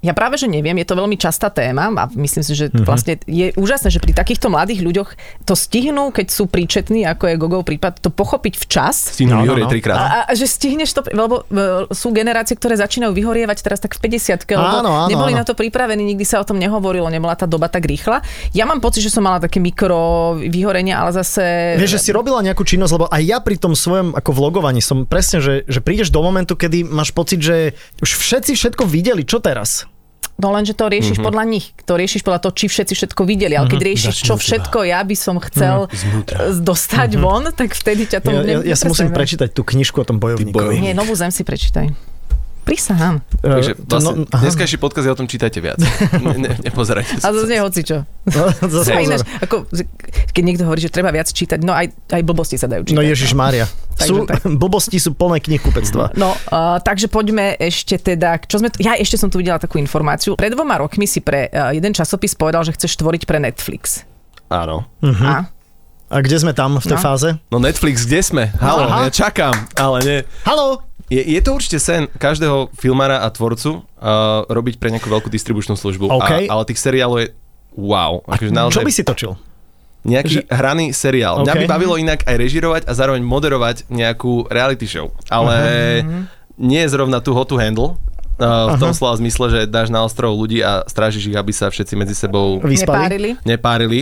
Speaker 3: Ja práve, že neviem, je to veľmi častá téma a myslím si, že
Speaker 2: Mhm.
Speaker 3: vlastne je úžasné, že pri takýchto mladých ľuďoch to stihnú, keď sú príčetní, ako je Gogol prípad, to pochopiť včas.
Speaker 4: Stínu
Speaker 2: No, no,
Speaker 4: vyhorie
Speaker 2: no.
Speaker 4: trikrát.
Speaker 3: A, a že stihneš to, lebo e, sú generácie, ktoré začínajú vyhorievať teraz tak v 50
Speaker 2: Áno, áno,
Speaker 3: neboli
Speaker 2: áno.
Speaker 3: na to pripravení, nikdy sa o tom nehovorilo, nebola tá doba tak rýchla. Ja mám pocit, že som mala také mikro vyhorenia, ale zase...
Speaker 2: Vieš, že si robila nejakú činnosť, lebo aj ja pri tom svojom ako vlogovaní som presne, že, že prídeš do momentu, kedy máš pocit, že už všetci všetko videli, čo teraz?
Speaker 3: No len, že to
Speaker 2: Mhm.
Speaker 3: riešiš podľa nich, to riešiš podľa toho, či všetci všetko videli, ale keď riešiš, čo všetko ja by som chcel z- dostať von, tak vtedy ťa to...
Speaker 2: Mhm. Ja, ja,
Speaker 3: ne-
Speaker 2: ja si musím
Speaker 3: nepresvedčí.
Speaker 2: prečítať tú knižku o tom bojovníkovi.
Speaker 3: Nie, novú zem si prečítaj. Prisahám.
Speaker 2: Eh,
Speaker 4: Takže
Speaker 2: to
Speaker 4: vlastne,
Speaker 2: aha.
Speaker 4: dneskajší podcast je o tom, čítajte viac. ne, ne, nepozerajte
Speaker 3: A
Speaker 4: sa.
Speaker 3: to znie hocičo.
Speaker 2: no, Zase
Speaker 3: A
Speaker 2: pozor.
Speaker 3: ináč, ako, že- keď niekto hovorí, že treba viac čítať, no aj, aj blbosti sa dajú čítať.
Speaker 2: No Ježiš Mária.
Speaker 3: Takže
Speaker 2: Sú,
Speaker 3: tak.
Speaker 2: blbosti sú plné knihkupectva.
Speaker 3: No, uh, takže poďme ešte teda, k- čo sme tu, ja ešte som tu videla takú informáciu. Pred dvoma rokmi si pre uh, jeden časopis povedal, že chceš tvoriť pre Netflix.
Speaker 4: Áno.
Speaker 2: Hm. Mhm.
Speaker 3: Uh-huh.
Speaker 2: A
Speaker 3: A
Speaker 2: kde sme tam v tej
Speaker 3: No.
Speaker 2: fáze?
Speaker 4: No Netflix, kde sme? Halo,
Speaker 2: Aha.
Speaker 4: ja čakám, ale nie.
Speaker 2: Halo!
Speaker 4: Je, je to určite sen každého filmára a tvorcu uh, robiť pre nejakú veľkú distribučnú službu.
Speaker 2: OK.
Speaker 4: A, ale tých seriálov je wow. Akože naozaj
Speaker 2: Čo by si točil?
Speaker 4: Nejaký že... hraný seriál. Okay. Mňa
Speaker 2: OK.
Speaker 4: by bavilo inak aj režirovať a zároveň moderovať nejakú reality show. Ale
Speaker 2: Mhm.
Speaker 4: nie je zrovna tu hot to handle. Uh, v tom slova zmysle, že dáš na ostrov ľudí a strážiš ich, aby sa všetci medzi sebou
Speaker 2: Vyspali?
Speaker 3: nepárili.
Speaker 4: nepárili,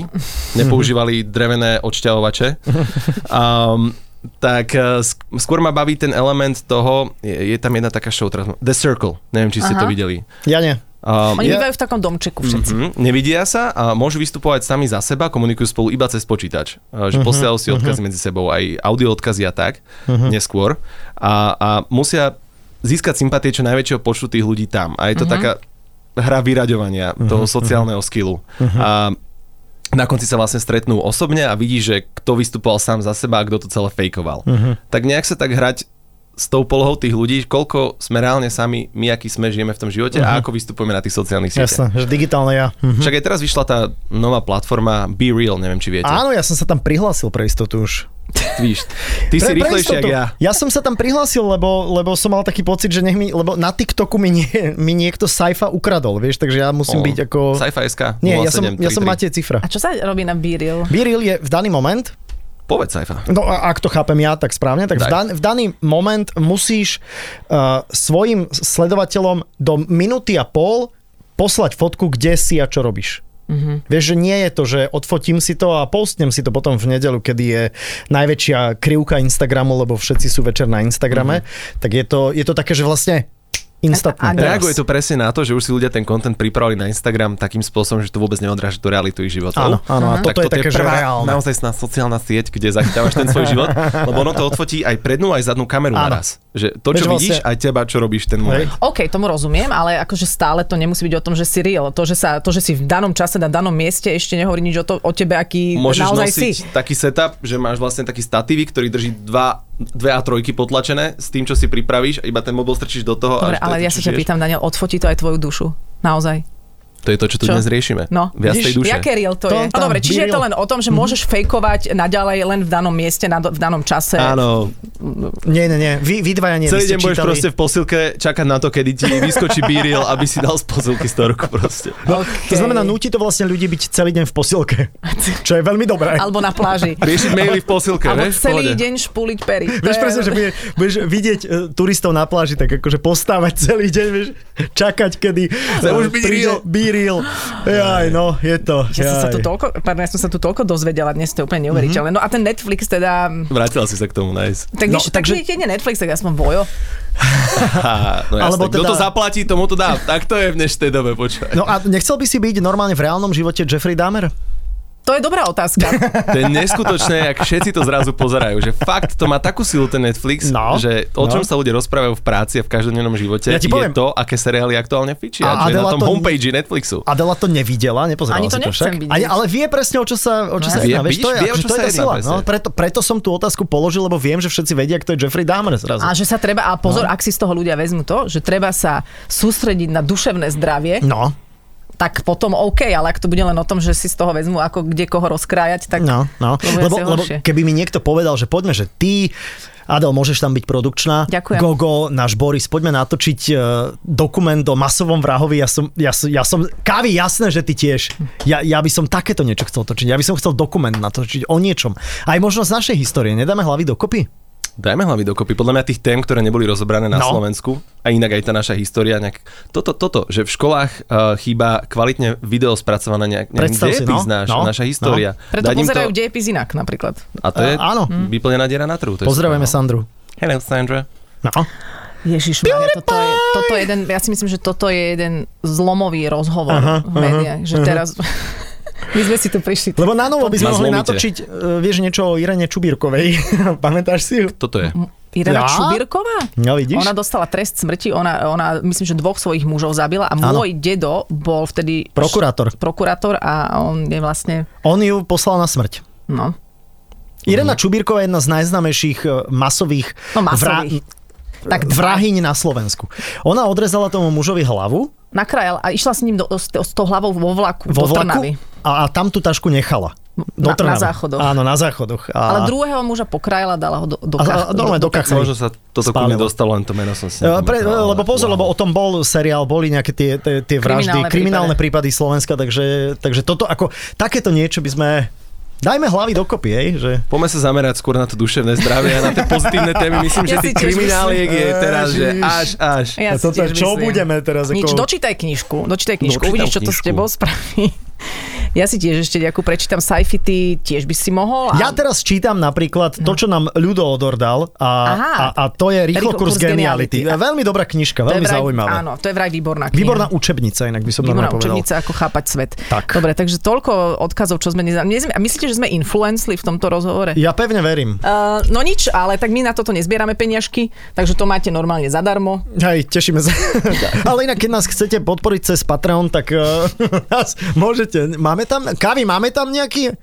Speaker 4: nepoužívali drevené odšťahovače. Um, tak eh, sk- skôr ma baví ten element toho, je, je tam jedna taká show, teraz, The Circle, neviem, či ste to videli.
Speaker 2: Ja Mhm. nie.
Speaker 4: Um,
Speaker 3: Oni
Speaker 4: je-
Speaker 3: bývajú v takom domčeku všetci.
Speaker 4: Mm-hmm. Nevidia sa a môžu vystupovať sami za seba, komunikujú spolu iba cez počítač. Uh, Že posielajú si odkazy medzi sebou, aj audio odkazy a tak, neskôr. A, a musia získať sympatie čo najväčšieho počtu tých ľudí tam. A je to taká hra vyraďovania toho sociálneho skillu. A na konci sa vlastne stretnú osobne a vidí, že kto vystupoval sám za seba a kto to celé fejkoval. Tak nejak sa tak hrať s tou polohou tých ľudí, koľko sme reálne sami, my aký sme, žijeme v tom živote a ako vystupujeme na tých sociálnych
Speaker 2: Jasné,
Speaker 4: sieťach.
Speaker 2: že digitálne ja. Mhm.
Speaker 4: Však aj teraz vyšla tá nová platforma Be Real, neviem či viete.
Speaker 2: Áno, ja som sa tam prihlásil pre istotu už.
Speaker 4: Víš, ty si
Speaker 2: Pre- pre
Speaker 4: rýchlejšie
Speaker 2: istotu.
Speaker 4: ako ja.
Speaker 2: Ja som sa tam prihlásil, lebo, lebo som mal taký pocit, že nech mi, lebo na TikToku mi, nie, mi niekto Saifa ukradol, vieš, takže ja musím
Speaker 4: O,
Speaker 2: byť ako...
Speaker 4: Sci-fi.sk
Speaker 2: Nie, ja som, ja som
Speaker 4: 0733.
Speaker 2: Matej Cifra.
Speaker 3: A čo sa robí na Biril?
Speaker 2: Biril je v daný moment,
Speaker 4: Povedz Sci-fi.
Speaker 2: no a ak to chápem ja, tak správne, tak v,
Speaker 4: Daj.
Speaker 2: dan, v daný moment musíš uh, svojim sledovateľom do minúty a pol poslať fotku, kde si a čo robíš.
Speaker 3: Mhm.
Speaker 2: Mm-hmm. Vieš, že nie je to, že odfotím si to a postnem si to potom v nedelu, kedy je najväčšia krivka Instagramu, lebo všetci sú večer na
Speaker 4: Mhm.
Speaker 2: Instagrame, mm-hmm. tak je to, je to také, že vlastne instantné.
Speaker 3: A- a- Teraz.
Speaker 4: Reaguje to presne na to, že už si ľudia ten kontent pripravili na Instagram takým spôsobom, že to vôbec neodráža tú realitu
Speaker 2: Áno,
Speaker 4: ich životov.
Speaker 2: áno, a toto je také, že
Speaker 4: prvá,
Speaker 2: reálne.
Speaker 4: naozaj sná sociálna sieť, kde zachytávaš ten svoj život, lebo ono to odfotí aj prednú, aj zadnú kameru
Speaker 2: Áno.
Speaker 4: naraz. Že to, čo
Speaker 2: Vieš,
Speaker 4: vidíš,
Speaker 2: vlastne-
Speaker 4: aj teba, čo robíš ten
Speaker 2: Hej.
Speaker 4: moment.
Speaker 3: OK, tomu rozumiem, ale akože stále to nemusí byť o tom, že si real. To, že, sa, to, že si v danom čase na danom mieste ešte nehovorí nič o, to, o tebe, aký
Speaker 4: Môžeš
Speaker 3: naozaj
Speaker 4: nosiť
Speaker 3: si.
Speaker 4: taký setup, že máš vlastne taký statívy, ktorý drží dva, dve a trojky potlačené s tým, čo si pripravíš, a iba ten mobil strčíš do toho.
Speaker 3: Dobre,
Speaker 4: a
Speaker 3: ale ja sa ťa
Speaker 4: čo žiješ.
Speaker 3: pýtam, Daniel, odfotí to aj tvoju dušu. Naozaj.
Speaker 4: To je to, čo tu
Speaker 3: Čo?
Speaker 4: dnes riešime.
Speaker 3: No.
Speaker 4: Viac tej duše.
Speaker 3: Jaké real to,
Speaker 2: To
Speaker 3: je?
Speaker 2: tam,
Speaker 3: No dobre, čiže je to
Speaker 2: real. Mhm.
Speaker 3: len o tom, že môžeš fejkovať naďalej len v danom mieste, na, do- v danom čase.
Speaker 4: Áno,
Speaker 2: Nie, nie, nie, vy, vy dvaja nie.
Speaker 4: Celý
Speaker 2: vy ste
Speaker 4: deň budeš
Speaker 2: čítali-
Speaker 4: proste v posilke čakať na to, kedy ti vyskočí bíril, aby si dal z posilky storku proste.
Speaker 2: No, To
Speaker 3: Okej.
Speaker 2: znamená, núti to vlastne ľudí byť celý deň v posilke, čo je veľmi dobré.
Speaker 3: Alebo na pláži.
Speaker 4: Riešiť maily v posilke,
Speaker 3: Alebo
Speaker 4: vieš? v
Speaker 3: celý
Speaker 4: pohode.
Speaker 3: deň špuliť pery. To
Speaker 2: Vieš
Speaker 3: je-
Speaker 2: presne, že bude, budeš vidieť e, turistov na pláži, tak akože postávať celý deň, vieš, čakať, kedy
Speaker 4: Chce
Speaker 2: e,
Speaker 4: už byť real.
Speaker 2: be real. Jaj, no, je to.
Speaker 3: Ja som, sa tu
Speaker 2: jaj.
Speaker 3: toľko, pardon, ja som sa tu toľko dozvedela, dnes to je úplne
Speaker 4: Mhm.
Speaker 3: neuveriteľné. No a ten Netflix teda...
Speaker 4: Vrátila si sa k tomu, nice.
Speaker 3: Tak
Speaker 2: No,
Speaker 3: nič, no, takže...
Speaker 2: takže-
Speaker 3: keď je Netflix, tak aspoň vojo.
Speaker 4: Ha, no
Speaker 2: Alebo
Speaker 4: Alebo Kto
Speaker 2: teda-
Speaker 4: to zaplatí, tomu to dá. Tak to je v dnešnej dobe, počkaj.
Speaker 2: No a nechcel by si byť normálne v reálnom živote Jeffrey Dahmer?
Speaker 3: To je dobrá otázka.
Speaker 4: To je neskutočné, ak všetci to zrazu pozerajú. Že fakt to má takú silu ten Netflix,
Speaker 2: No,
Speaker 4: že
Speaker 2: no.
Speaker 4: o čom sa ľudia rozprávajú v práci a v každodennom živote
Speaker 2: Ja ti
Speaker 4: je
Speaker 2: poviem.
Speaker 4: to, aké seriály aktuálne fičia.
Speaker 2: A
Speaker 4: čo je na
Speaker 2: Adela
Speaker 4: tom
Speaker 2: to-
Speaker 4: homepage Netflixu.
Speaker 2: Adela to nevidela, nepozerala
Speaker 3: Ani to
Speaker 2: si to
Speaker 3: nechcem
Speaker 2: však.
Speaker 3: vidieť.
Speaker 2: Ani, ale vie presne, o čo sa, o čo sa
Speaker 4: Vie,
Speaker 2: jedná. Vieš,
Speaker 4: vidíš,
Speaker 2: to je,
Speaker 4: vie, o
Speaker 2: akože to
Speaker 4: čo
Speaker 2: je
Speaker 4: sa
Speaker 2: tá
Speaker 4: jedná
Speaker 2: sila.
Speaker 4: presne.
Speaker 2: No, preto, preto som tú otázku položil, lebo viem, že všetci vedia, kto je Jeffrey Dahmer zrazu.
Speaker 3: A že sa treba,
Speaker 2: No.
Speaker 3: a pozor, ak si z toho ľudia vezmú to, že treba sa sústrediť na duševné zdravie,
Speaker 2: No,
Speaker 3: tak potom OK, ale ak to bude len o tom, že si z toho vezmú ako kde koho rozkrájať, tak
Speaker 2: No, no.
Speaker 3: To bude
Speaker 2: Lebo,
Speaker 3: asi
Speaker 2: lebo
Speaker 3: horšie.
Speaker 2: keby mi niekto povedal, že poďme, že ty, Adel, môžeš tam byť produkčná.
Speaker 3: Ďakujem.
Speaker 2: Gogo, náš Boris, poďme natočiť eh, dokument o masovom vrahovi. Ja som, ja, som- ja som, Kavi, jasné, že ty tiež. Ja, ja by som takéto niečo chcel točiť. Ja by som chcel dokument natočiť o niečom. Aj možno z našej histórie. Nedáme hlavy dokopy?
Speaker 4: Dajme hlavy dokopy. Podľa mňa tých tém, ktoré neboli rozobrané
Speaker 2: No.
Speaker 4: na no. Slovensku, a inak aj tá naša história, nejak, toto, toto, že v školách uh, chýba kvalitne video spracované nejak, neviem,
Speaker 2: Predstav si,
Speaker 4: dejepis
Speaker 2: no,
Speaker 4: náš,
Speaker 2: no,
Speaker 4: naša história.
Speaker 3: preto
Speaker 4: Dať im
Speaker 3: pozerajú Hm.
Speaker 4: to,
Speaker 3: dejepis inak napríklad.
Speaker 4: A to
Speaker 2: Eh,
Speaker 4: je
Speaker 2: áno.
Speaker 4: vyplnená diera na trhu. To je
Speaker 2: Pozdravujeme
Speaker 4: super, no.
Speaker 2: Sandru.
Speaker 4: Hello, Sandra.
Speaker 2: No.
Speaker 3: Ježiš, toto je, toto je jeden, ja si myslím, že toto je jeden zlomový rozhovor
Speaker 2: Aha,
Speaker 3: v médiách, že teraz... My sme si tu prišli.
Speaker 2: Lebo na novo by sme
Speaker 4: Ma
Speaker 2: mohli
Speaker 4: zlomíte.
Speaker 2: natočiť, eh, vieš, niečo o Irene Čubírkovej. Pamätáš si ju?
Speaker 4: Toto je.
Speaker 3: Irena
Speaker 2: Ja?
Speaker 3: Čubírková?
Speaker 2: No vidíš?
Speaker 3: Ona dostala trest smrti, ona, ona myslím, že dvoch svojich mužov zabila a
Speaker 2: Áno.
Speaker 3: môj dedo bol vtedy...
Speaker 2: Prokurátor.
Speaker 3: Prokurátor a on je vlastne...
Speaker 2: On ju poslal na smrť.
Speaker 3: No.
Speaker 2: Irena Čubírková je jedna z najznámejších e, masových,
Speaker 3: No, masových.
Speaker 2: tak
Speaker 3: Tak
Speaker 2: vrahyň na Slovensku. Ona odrezala tomu mužovi hlavu
Speaker 3: Nakrajal a išla s ním do, s, s tou hlavou vo vlaku
Speaker 2: vo
Speaker 3: do Trnavy.
Speaker 2: vlaku a, a tam tú tašku nechala. Do
Speaker 3: Na-
Speaker 2: Trnavy.
Speaker 3: na záchodoch.
Speaker 2: Áno, na záchodoch. A,
Speaker 3: Ale druhého muža pokrajala, dala ho do, do,
Speaker 2: a, a,
Speaker 3: kach-
Speaker 2: a normálne do kachny.
Speaker 4: Možno sa toto ku mne
Speaker 2: Spálilo.
Speaker 4: dostalo, len to meno som si
Speaker 2: E, Pre,
Speaker 4: nepamätal, ale
Speaker 2: lebo pozor, wow. lebo o tom bol seriál, boli nejaké tie, tie, tie vraždy,
Speaker 3: Kriminálne prípady.
Speaker 2: kriminálne prípady Slovenska, takže, takže toto ako, takéto niečo by sme, dajme hlavy dokopy, hej, že...
Speaker 4: Poďme sa zamerať skôr na to duševné zdravie a na tie pozitívne témy.
Speaker 3: Ja
Speaker 4: Myslím, že
Speaker 3: si
Speaker 4: tých
Speaker 3: tiež
Speaker 4: kriminaliek je
Speaker 2: myslím.
Speaker 4: teraz, že
Speaker 2: Ježiš.
Speaker 4: až, až.
Speaker 3: Ja
Speaker 2: A
Speaker 3: si
Speaker 2: toto,
Speaker 3: tiež
Speaker 2: čo
Speaker 3: myslím.
Speaker 2: budeme teraz
Speaker 3: Nič,
Speaker 2: ako-
Speaker 3: dočítaj knižku, dočítaj knižku,
Speaker 4: Dočítam
Speaker 3: uvidíš, čo to s
Speaker 4: knižku.
Speaker 3: tebou spraví. Ja si tiež ešte nejakú prečítam sci-fi, ty tiež by si mohol.
Speaker 2: Ja teraz čítam napríklad to, čo nám Ľudo Odor dal a,
Speaker 3: Aha.
Speaker 2: a, a to je Rýchlo
Speaker 3: Rýchlo
Speaker 2: kurz
Speaker 3: kurz
Speaker 2: geniality.
Speaker 3: geniality.
Speaker 2: Veľmi dobrá knižka,
Speaker 3: To je
Speaker 2: veľmi
Speaker 3: vraj-
Speaker 2: zaujímavá.
Speaker 3: Áno, to je vraj výborná kniha.
Speaker 2: Výborná učebnica, inak by som
Speaker 3: Výborná
Speaker 2: normálne povedal.
Speaker 3: učebnica, ako chápať svet.
Speaker 2: Tak.
Speaker 3: Dobre, takže toľko odkazov, čo sme... Neza... nie sme- a Myslíte, že sme influencli v tomto rozhovore?
Speaker 2: Ja pevne verím.
Speaker 3: Uh, no nič, ale tak my na toto nezbierame peniažky, takže to máte normálne zadarmo.
Speaker 2: Hej, tešíme sa. Ale inak, keď nás chcete podporiť cez eh, Patreon, tak uh, nás môžete. Máme tam, Kavi, máme tam nejaký?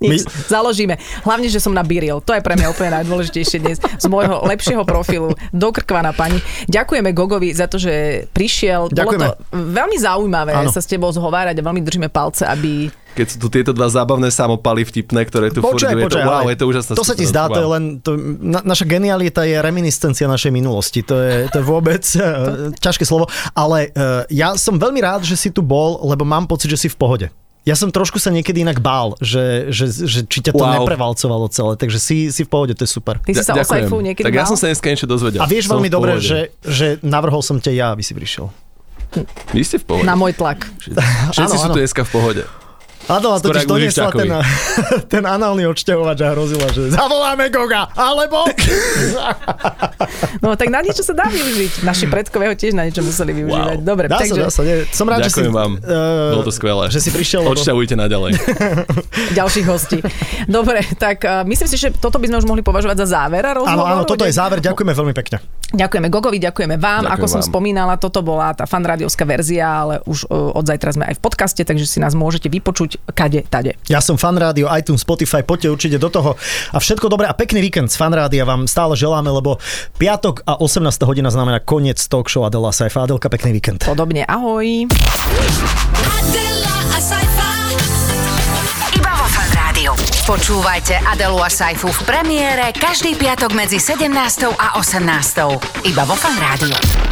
Speaker 3: Nič, založíme. Hlavne, že som na Biril. To je pre mňa úplne najdôležitejšie dnes z môjho lepšieho profilu. Do krkvaná pani. Ďakujeme Gogovi za to, že prišiel. Bolo to veľmi zaujímavé
Speaker 2: Áno.
Speaker 3: Áno. sa s tebou zhovárať a veľmi držíme palce, aby...
Speaker 4: Keď sú tu tieto dva zábavné samopaly vtipné, ktoré tu
Speaker 2: Počkaj,
Speaker 4: furt, je
Speaker 2: počkaj,
Speaker 4: to, wow,
Speaker 2: ale
Speaker 4: je to úžasná
Speaker 2: To sa ti
Speaker 4: skúsenosť,
Speaker 2: zdá, to je
Speaker 4: wow.
Speaker 2: len, to, na, naša genialita je reminiscencia našej minulosti, to je, to je vôbec eh, ťažké slovo, ale eh, ja som veľmi rád, že si tu bol, lebo mám pocit, že si v pohode. Ja som trošku sa niekedy inak bál, že, že, že či ťa to
Speaker 4: Wow.
Speaker 2: neprevalcovalo celé, takže si, si v pohode, to je super.
Speaker 3: Ty si sa o
Speaker 4: Ďakujem.
Speaker 3: sajfu niekedy
Speaker 4: Tak ja
Speaker 3: mal?
Speaker 4: som sa dneska niečo dozvedel.
Speaker 2: A vieš
Speaker 4: Som
Speaker 2: veľmi
Speaker 4: v
Speaker 2: dobre,
Speaker 4: pohode.
Speaker 2: že, že navrhol som ťa ja, aby si prišiel.
Speaker 4: Vy ste v pohode.
Speaker 3: Na môj tlak.
Speaker 4: Všetci
Speaker 2: Áno,
Speaker 4: sú
Speaker 2: áno.
Speaker 4: tu dneska v pohode.
Speaker 2: Áno, a
Speaker 4: Skôr
Speaker 2: totiž
Speaker 4: ako
Speaker 2: doniesla
Speaker 4: Lužičákovi.
Speaker 2: ten, ten análny odšťahovač a hrozila, že zavoláme Goga, alebo...
Speaker 3: No tak na niečo sa dá využiť. Naši predkovia ho tiež na niečo museli využívať.
Speaker 4: Wow.
Speaker 3: Dobre,
Speaker 2: Hmm. Dá sa,
Speaker 3: takže
Speaker 2: dá sa, nie. Som rád,
Speaker 4: Ďakujem
Speaker 2: že si...
Speaker 4: vám.
Speaker 2: eh,
Speaker 4: Bolo to skvelé.
Speaker 2: Že si prišiel, lebo...
Speaker 4: Odšťavujte naďalej.
Speaker 3: ďalších hostí. Dobre, tak uh, myslím si, že toto by sme už mohli považovať za záver a
Speaker 2: Áno,
Speaker 3: rozhovoru.
Speaker 2: áno, toto je záver, ďakujeme veľmi pekne.
Speaker 3: Ďakujeme Gogovi, ďakujeme vám. Ďakujem
Speaker 4: Ďakujem
Speaker 3: Ako som
Speaker 4: vám.
Speaker 3: spomínala, toto bola tá fanrádiovská verzia, ale už uh, od zajtra sme aj v podcaste, takže si nás môžete vypočuť kade, tade.
Speaker 2: Ja som fan rádio, iTunes, Spotify, poďte určite do toho. A všetko dobré a pekný víkend z fan rádia vám stále želáme, lebo piatok a 18. hodina znamená koniec talk show Adela Saifa. Adelka, pekný víkend.
Speaker 3: Podobne, ahoj.
Speaker 5: Adela Asaifa.
Speaker 1: Iba vo Fan Rádiu. Počúvajte Adelu a Saifu v premiére každý piatok medzi 17. a 18. Iba vo Fan Rádiu.